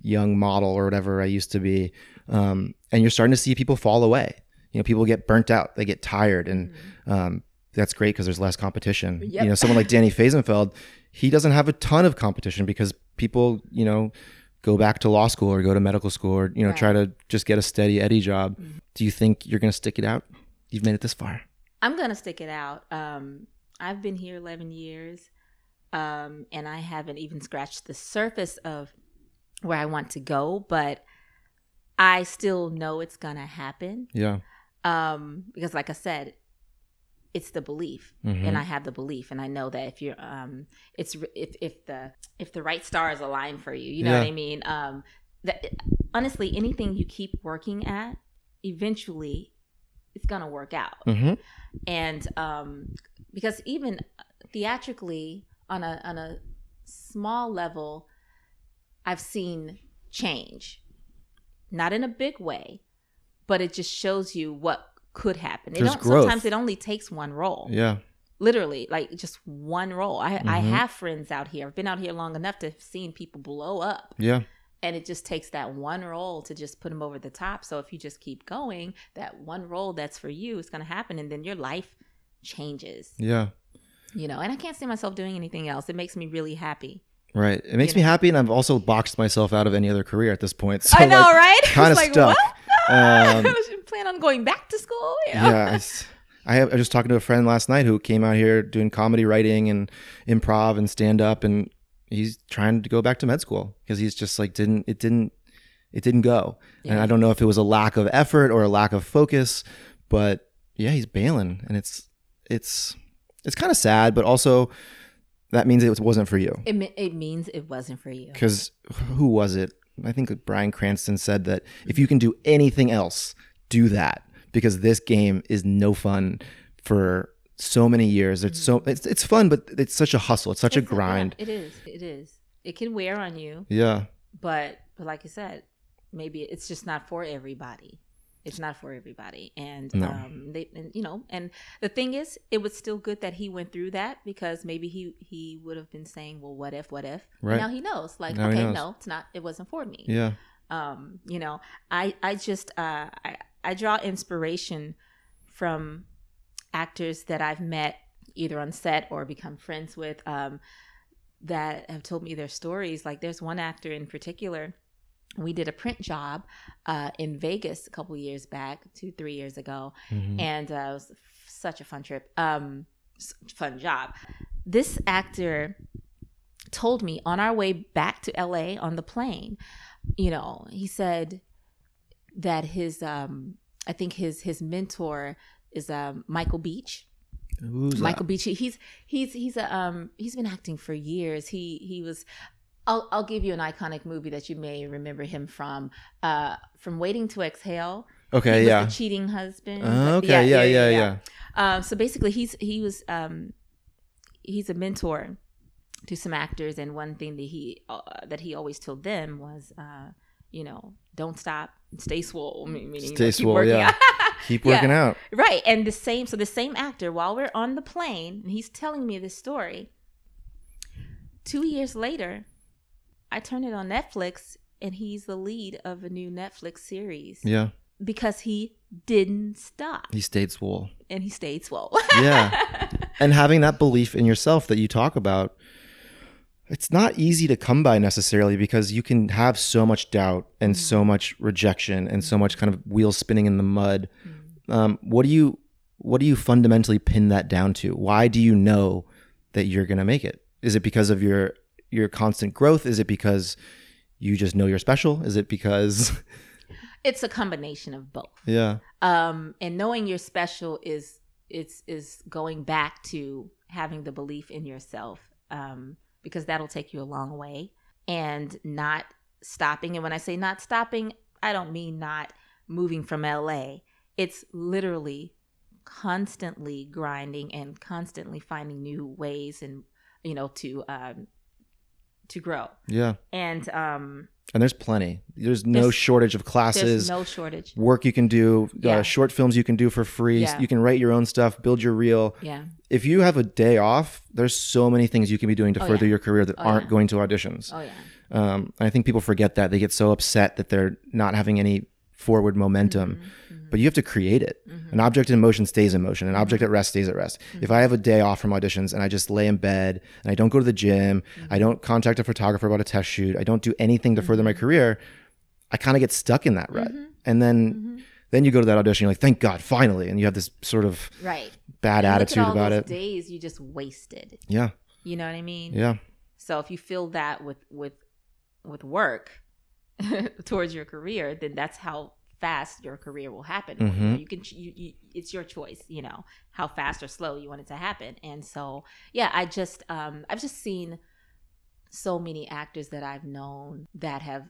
young model or whatever I used to be. Um, and you're starting to see people fall away. You know, people get burnt out, they get tired, and
Mm-hmm.
um, that's great because there's less competition.
Yep.
You know, someone like Danny Faisenfeld, he doesn't have a ton of competition because people, you know, go back to law school or go to medical school or you know
Right.
try to just get a steady Eddie job.
Mm-hmm.
Do you think you're going to stick it out? You've made it this far.
I'm gonna stick it out. Um, I've been here 11 years, um, and I haven't even scratched the surface of where I want to go, but I still know it's gonna happen.
Yeah.
Um, because, like I said, it's the belief.
Mhm.
and I have the belief, and I know that if you're, um, it's r- if if the if the right stars align for you, you know what
Yeah.
I mean. Um, that honestly, anything you keep working at, eventually, it's gonna work out.
Mhm.
And um, because even theatrically, on a on a small level, I've seen change, not in a big way, but it just shows you what could happen. It
There's
don't,
growth.
sometimes it only takes one role
Yeah.
literally like just one role I, I
Mhm.
have friends out here i've been out here long enough to have seen people blow up
Yeah.
and it just takes that one role to just put them over the top so if you just keep going that one role that's for you is going to happen and then your life changes
Yeah.
you know and i can't see myself doing anything else it makes me really happy
Right. It makes
know?
me happy, and I've also boxed myself out of any other career at this point. <laughs> So
i know
like,
right <laughs>
kinda
It's like,
stuck.
what? <laughs>
Um,
I should plan on going back to school you know?
yeah. I s- I, have- I was just talking to a friend last night who came out here doing comedy writing and improv and stand up, and he's trying to go back to med school because he's just like didn't it didn't it didn't go, and
Yeah.
I don't know if it was a lack of effort or a lack of focus, but yeah, he's bailing, and it's it's it's kind of sad, but also that means it wasn't for you.
It, me- it means it wasn't for you.
Because who was it? I think Brian Cranston said that if you can do anything else, do that because this game is no fun for so many years. It's so it's, it's fun, but it's such a hustle. It's such a
It's- yeah,
grind.
it is. It is. It can wear on you,
Yeah.
but but like I said, maybe it's just not for everybody. It's not for everybody, and
No.
um, they and, you know, and the thing is, it was still good that he went through that because maybe he he would have been saying, well, what if, what if?
Right.
Now he knows, like,
Now he
okay,
knows.
no, it's not. It wasn't for me.
Yeah.
um you know i i just uh i i draw inspiration from actors that i've met either on set or become friends with um that have told me their stories like there's one actor in particular we did a print job uh, in Vegas a couple years back, two, three years ago
Mhm.
and uh, it was f- such a fun trip um s- fun job this actor told me on our way back to la on the plane you know he said that his um i think his his mentor is um michael beach
Who's
michael beach he- he's he's he's a um he's been acting for years he he was I'll, I'll give you an iconic movie that you may remember him from, uh, from Waiting to Exhale.
that?
He
Okay.
was
Yeah.
the cheating husband.
Uh, okay. Yeah. Yeah. Yeah.
Um, so basically, he's he was um, he's a mentor to some actors, and one thing that he uh, that he always told them was, uh, you know, don't stop, stay swole, me- meaning you know,
Stay
keep
swole,
working
yeah.
out.
Keep
Yeah.
working out.
<laughs> right, and the same. So the same actor, while we're on the plane, and he's telling me this story. Two years later, I turn it on Netflix, and he's the lead of a new Netflix series
Yeah.
because he didn't stop
He stayed swole.
and he stayed swole. <laughs>
yeah and having that belief in yourself that you talk about it's not easy to come by necessarily because you can have so much doubt and so
Mm-hmm.
much rejection and so much kind of wheels spinning in the mud um, what do you what do you fundamentally pin that down to why do you know that you're going to make it is it because of your your constant growth is it because you just know you're special is it because <laughs>
it's a combination of both
yeah
um and knowing you're special is it's is going back to having the belief in yourself um because that'll take you a long way and not stopping and when i say not stopping i don't mean not moving from la it's literally constantly grinding and constantly finding new ways and you know to um to grow
yeah
and um
and there's plenty there's no
There's-
shortage of
there's
classes
no shortage
work you can do,
Yeah.
uh, short films you can do for free.
Yeah.
You can write your own stuff, build your reel.
yeah
If you have a day off, there's so many things you can be doing to
Oh,
further
yeah.
your career that
Oh,
aren't
yeah.
going to auditions.
oh yeah
Um, and I think people forget that. They get so upset that they're not having any forward momentum.
Mm-hmm,
But you have to create it. An object in motion stays in motion. An object at rest stays at rest.
Mm-hmm.
If I have a day off from auditions and I just lay in bed and I don't go to the gym,
Mm-hmm.
I don't contact a photographer about a test shoot, I don't do anything to further
Mm-hmm.
my career, I kind of get stuck in that rut. And then
Mm-hmm.
then you go to that audition, you're like, thank God, finally. And you have this sort of
right
bad
And
attitude
look at all
about
those
it.
Days you just wasted.
yeah.
You know what I mean?
Yeah.
So if you fill that with with with work <laughs> towards your career, then that's how fast your career will happen.
Mhm.
You can ch- you, you, it's your choice. You know how fast or slow you want it to happen. And so yeah, I just um I've just seen so many actors that I've known that have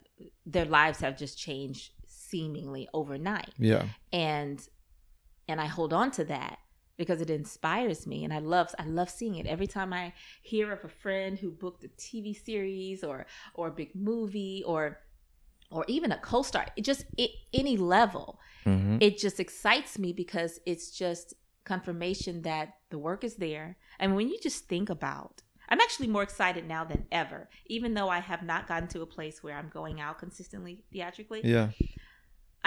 their lives have just changed seemingly overnight
Yeah.
and and I hold on to that because it inspires me and I love I love seeing it every time I hear of a friend who booked a TV series or or a big movie or or even a co-star it just it, any level
hmm
it just excites me because it's just confirmation that the work is there and when you just think about I'm actually more excited now than ever even though I have not gotten to a place where I'm going out consistently theatrically
Yeah.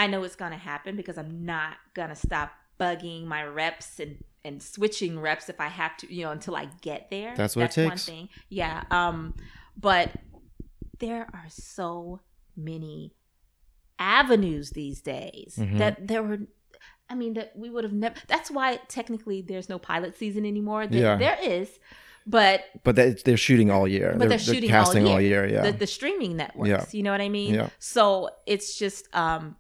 I know it's gonna happen because I'm not gonna stop bugging my reps and and switching reps if I have to, you know, until I get there.
That's what it takes.
One thing, yeah. Um, but there are so many avenues these days
Mhm.
that there were. I mean, that we would have never. That's why technically there's no pilot season anymore. There,
Yeah.
there is, but
But that, they're shooting all
But
year. they're,
they're
they're
shooting all
casting
year.
all year. yeah.
the, the streaming networks.
Yeah.
You know what I mean?
Yeah.
So it's just um,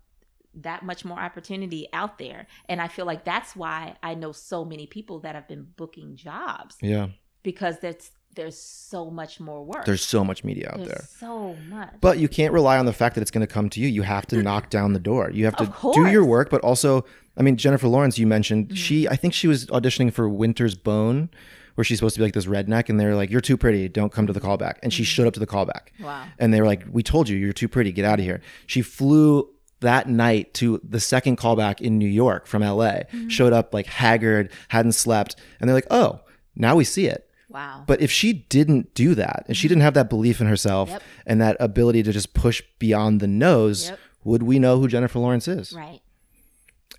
that much more opportunity out there. And I feel like that's why I know so many people that have been booking jobs
yeah.
because that's there's so much more work.
There's so much media out
There's
there.
so much.
But you can't rely on the fact that it's going to come to you. You have to knock down the door. You have
Of
to
course. Mm.
do your work, but also, I mean, Jennifer Lawrence, you mentioned she, I think she was auditioning for Winter's Bone, where she's supposed to be like this redneck, and they're like, "You're too pretty. Don't come to the callback." And she showed up to the callback.
Mm. Wow.
And they were like, "We told you, you're too pretty. Get out of here." She flew that night to the second callback in New York from LA.
Mm-hmm.
Showed up like haggard, hadn't slept, and they're like, "Oh, now we see it."
wow.
But if she didn't do that and she didn't have that belief in herself
Mm-hmm. Yep.
and that ability to just push beyond the nose,
Yep.
would we know who Jennifer Lawrence is?
right.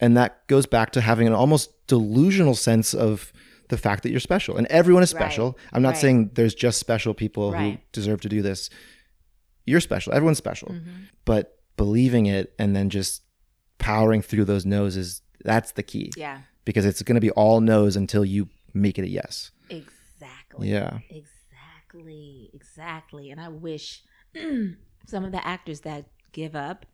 And that goes back to having an almost delusional sense of the fact that you're special and everyone is
Right.
special. I'm not
Right.
saying there's just special people who
Right. Mm.
deserve to do this. You're special. Everyone's special.
Mm-hmm.
But believing it and then just powering through those no's is that's the key
Yeah.
because it's going to be all no's until you make it a yes.
Exactly.
Yeah.
Exactly. Exactly. And I wish <clears throat> some of the actors that give up,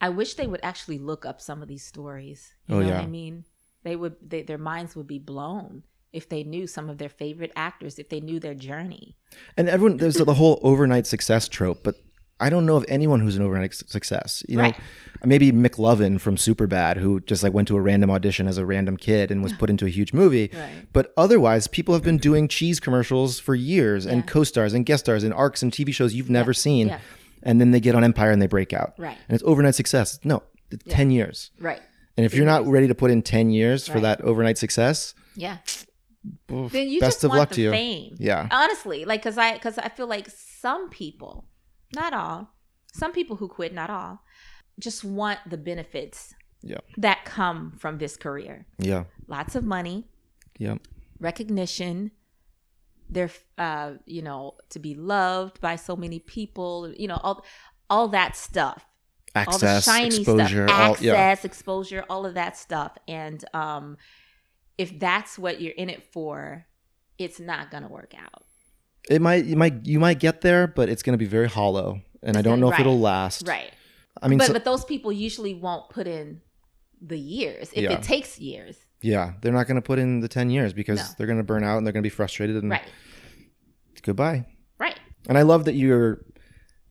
I wish they would actually look up some of these stories. You
Oh,
know what
yeah.
I mean? They would they, their minds would be blown if they knew some of their favorite actors, if they knew their journey.
And everyone, there's
<laughs>
the whole overnight success trope, but I don't know of anyone who's an overnight su- success. You know,
Right.
maybe McLovin from Superbad, who just like went to a random audition as a random kid and was put into a huge movie.
Right.
But otherwise, people have been doing cheese commercials for years and
Yeah.
co-stars and guest stars and arcs and TV shows you've never seen,
Yeah.
and then they get on Empire and they break out.
Right.
And it's overnight success. No, it's ten years.
Right.
And if you're not ready to put in ten years for
Right.
that overnight success,
Yeah.
oof,
Then you
best
just
of
want
luck
the
to you.
fame.
Yeah.
honestly like because i because i feel like some people not all some people who quit not all just want the benefits
Yeah.
that come from this career
Yeah.
lots of money
Yeah.
recognition they're uh you know to be loved by so many people you know all all that stuff
Access,
all the shiny
exposure,
stuff,
all
access,
yeah.
exposure, all of that stuff. And um, if that's what you're in it for, it's not gonna work out.
it might you might you might get there, but it's going to be very hollow, and I don't know if
Right.
it'll last.
Right.
I mean,
but
so-
but those people usually won't put in the years if
Yeah.
it takes years.
yeah, they're not going to put in the ten years because
No.
they're going to burn out and they're going to be frustrated and
Right.
goodbye.
Right.
And I love that you're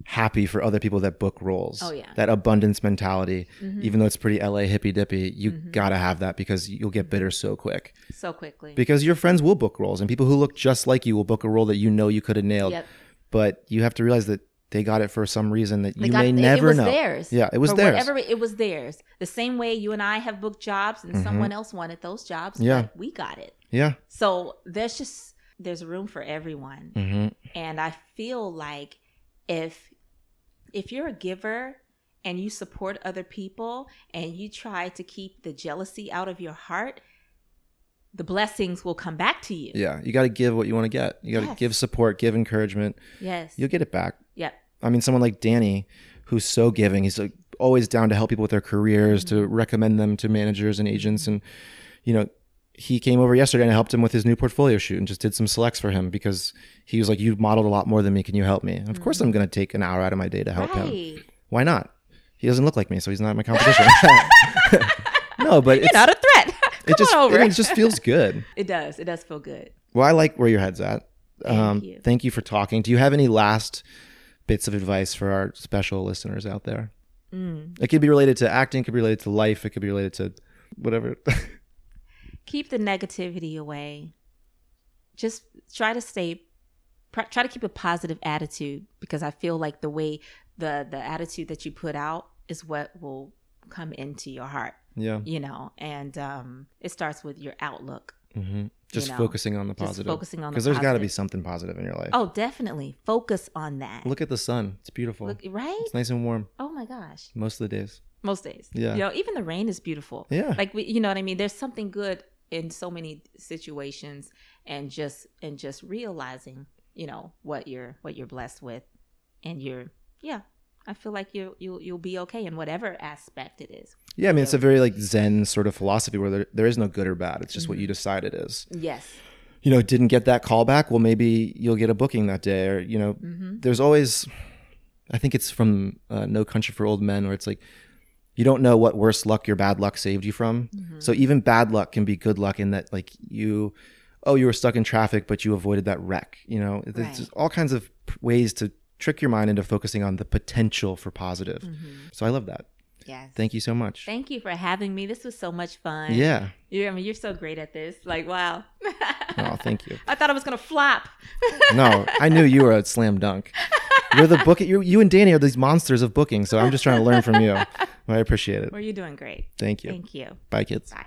happy for other people that book roles.
Oh, yeah.
that abundance mentality.
Mm-hmm.
Even though it's pretty LA hippy dippy, you got to have that because you'll get bitter so quick.
So quickly.
Because your friends will book roles, and people who look just like you will book a role that you know you could have nailed.
Yep.
But you have to realize that they got it for some reason that
They
you
got-
may
it-
never
it was
know.
theirs.
Yeah, it was
For
theirs.
Whatever it it was theirs. The same way you and I have booked jobs and someone else wanted those jobs.
Mm-hmm. Yeah.
but we got it.
Yeah.
So there's just there's room for everyone.
Mhm.
and i feel like if if you're a giver and you support other people and you try to keep the jealousy out of your heart the blessings will come back to you
Yeah, you got to give what you want to get. You got to
Yes.
give support, give encouragement.
yes
You'll get it back.
yep
I mean, someone like Danny, who's so giving, he's like always down to help people with their careers,
Mm-hmm.
to recommend them to managers and agents. And, you know, he came over yesterday and I helped him with his new portfolio shoot and just did some selects for him because he was like, You've modeled a lot more than me. Can you help me? And of course, I'm going to take an hour out of my day to help him.
Mm-hmm. right
Why not? He doesn't look like me, so he's not my competition. <laughs>
<laughs>
no, but it's,
not a threat <laughs> come
it, just,
on over
it just feels good.
it does it does feel good
Well, I like where your head's at.
Thank
um,
you.
Thank you for talking. Do you have any last bits of advice for our special listeners out there?
Mm.
It could be related to acting, it could be related to life, it could be related to whatever. <laughs>
keep the negativity away just try to stay pr- try to keep a positive attitude because i feel like the way the the attitude that you put out is what will come into your heart
yeah.
you know and um it starts with your outlook
hmm Just
know,
focusing on the
just
positive.
focusing on the
Because there's got to be
positive.
something positive in your life.
oh definitely focus on that
Look at the sun. It's beautiful.
Look- right
it's nice and warm
oh my gosh
most of the days.
most days
Yeah.
you know even the rain is beautiful
Yeah.
like we, you know what i mean there's something good in so many situations and just and just realizing you know what you're what you're blessed with and you're yeah i feel like you you'll you'll be okay in whatever aspect it is
yeah, I mean, it's a very like Zen sort of philosophy where there, there is no good or bad. It's just what you
Mm-hmm.
decide it is.
yes
you know, didn't get that call back, well, maybe you'll get a booking that day. Or, you know,
Mm-hmm.
there's always, I think it's from uh, No Country for Old Men, where it's like, you don't know what
Mm-hmm.
worse luck your bad luck saved you from. So even bad luck can be good luck in that, like, you, oh, you were stuck in traffic, but you avoided that wreck. You know, there's
Right.
just all kinds of p- ways to trick your mind into focusing on the potential for positive. So I love that.
Yes.
Thank you so much.
Mm-hmm. Thank you for having me. This was so much fun.
yeah.
You're, I mean, you're so great at this. Like, wow. <laughs>
Oh, thank you.
I thought I was gonna flop.
No, I knew you were a slam dunk. You're the book. You, you and Danny are these monsters of booking. So I'm just trying to learn from you. I appreciate it.
Well, you're doing great.
Thank you.
Thank you.
Bye, kids.
Bye.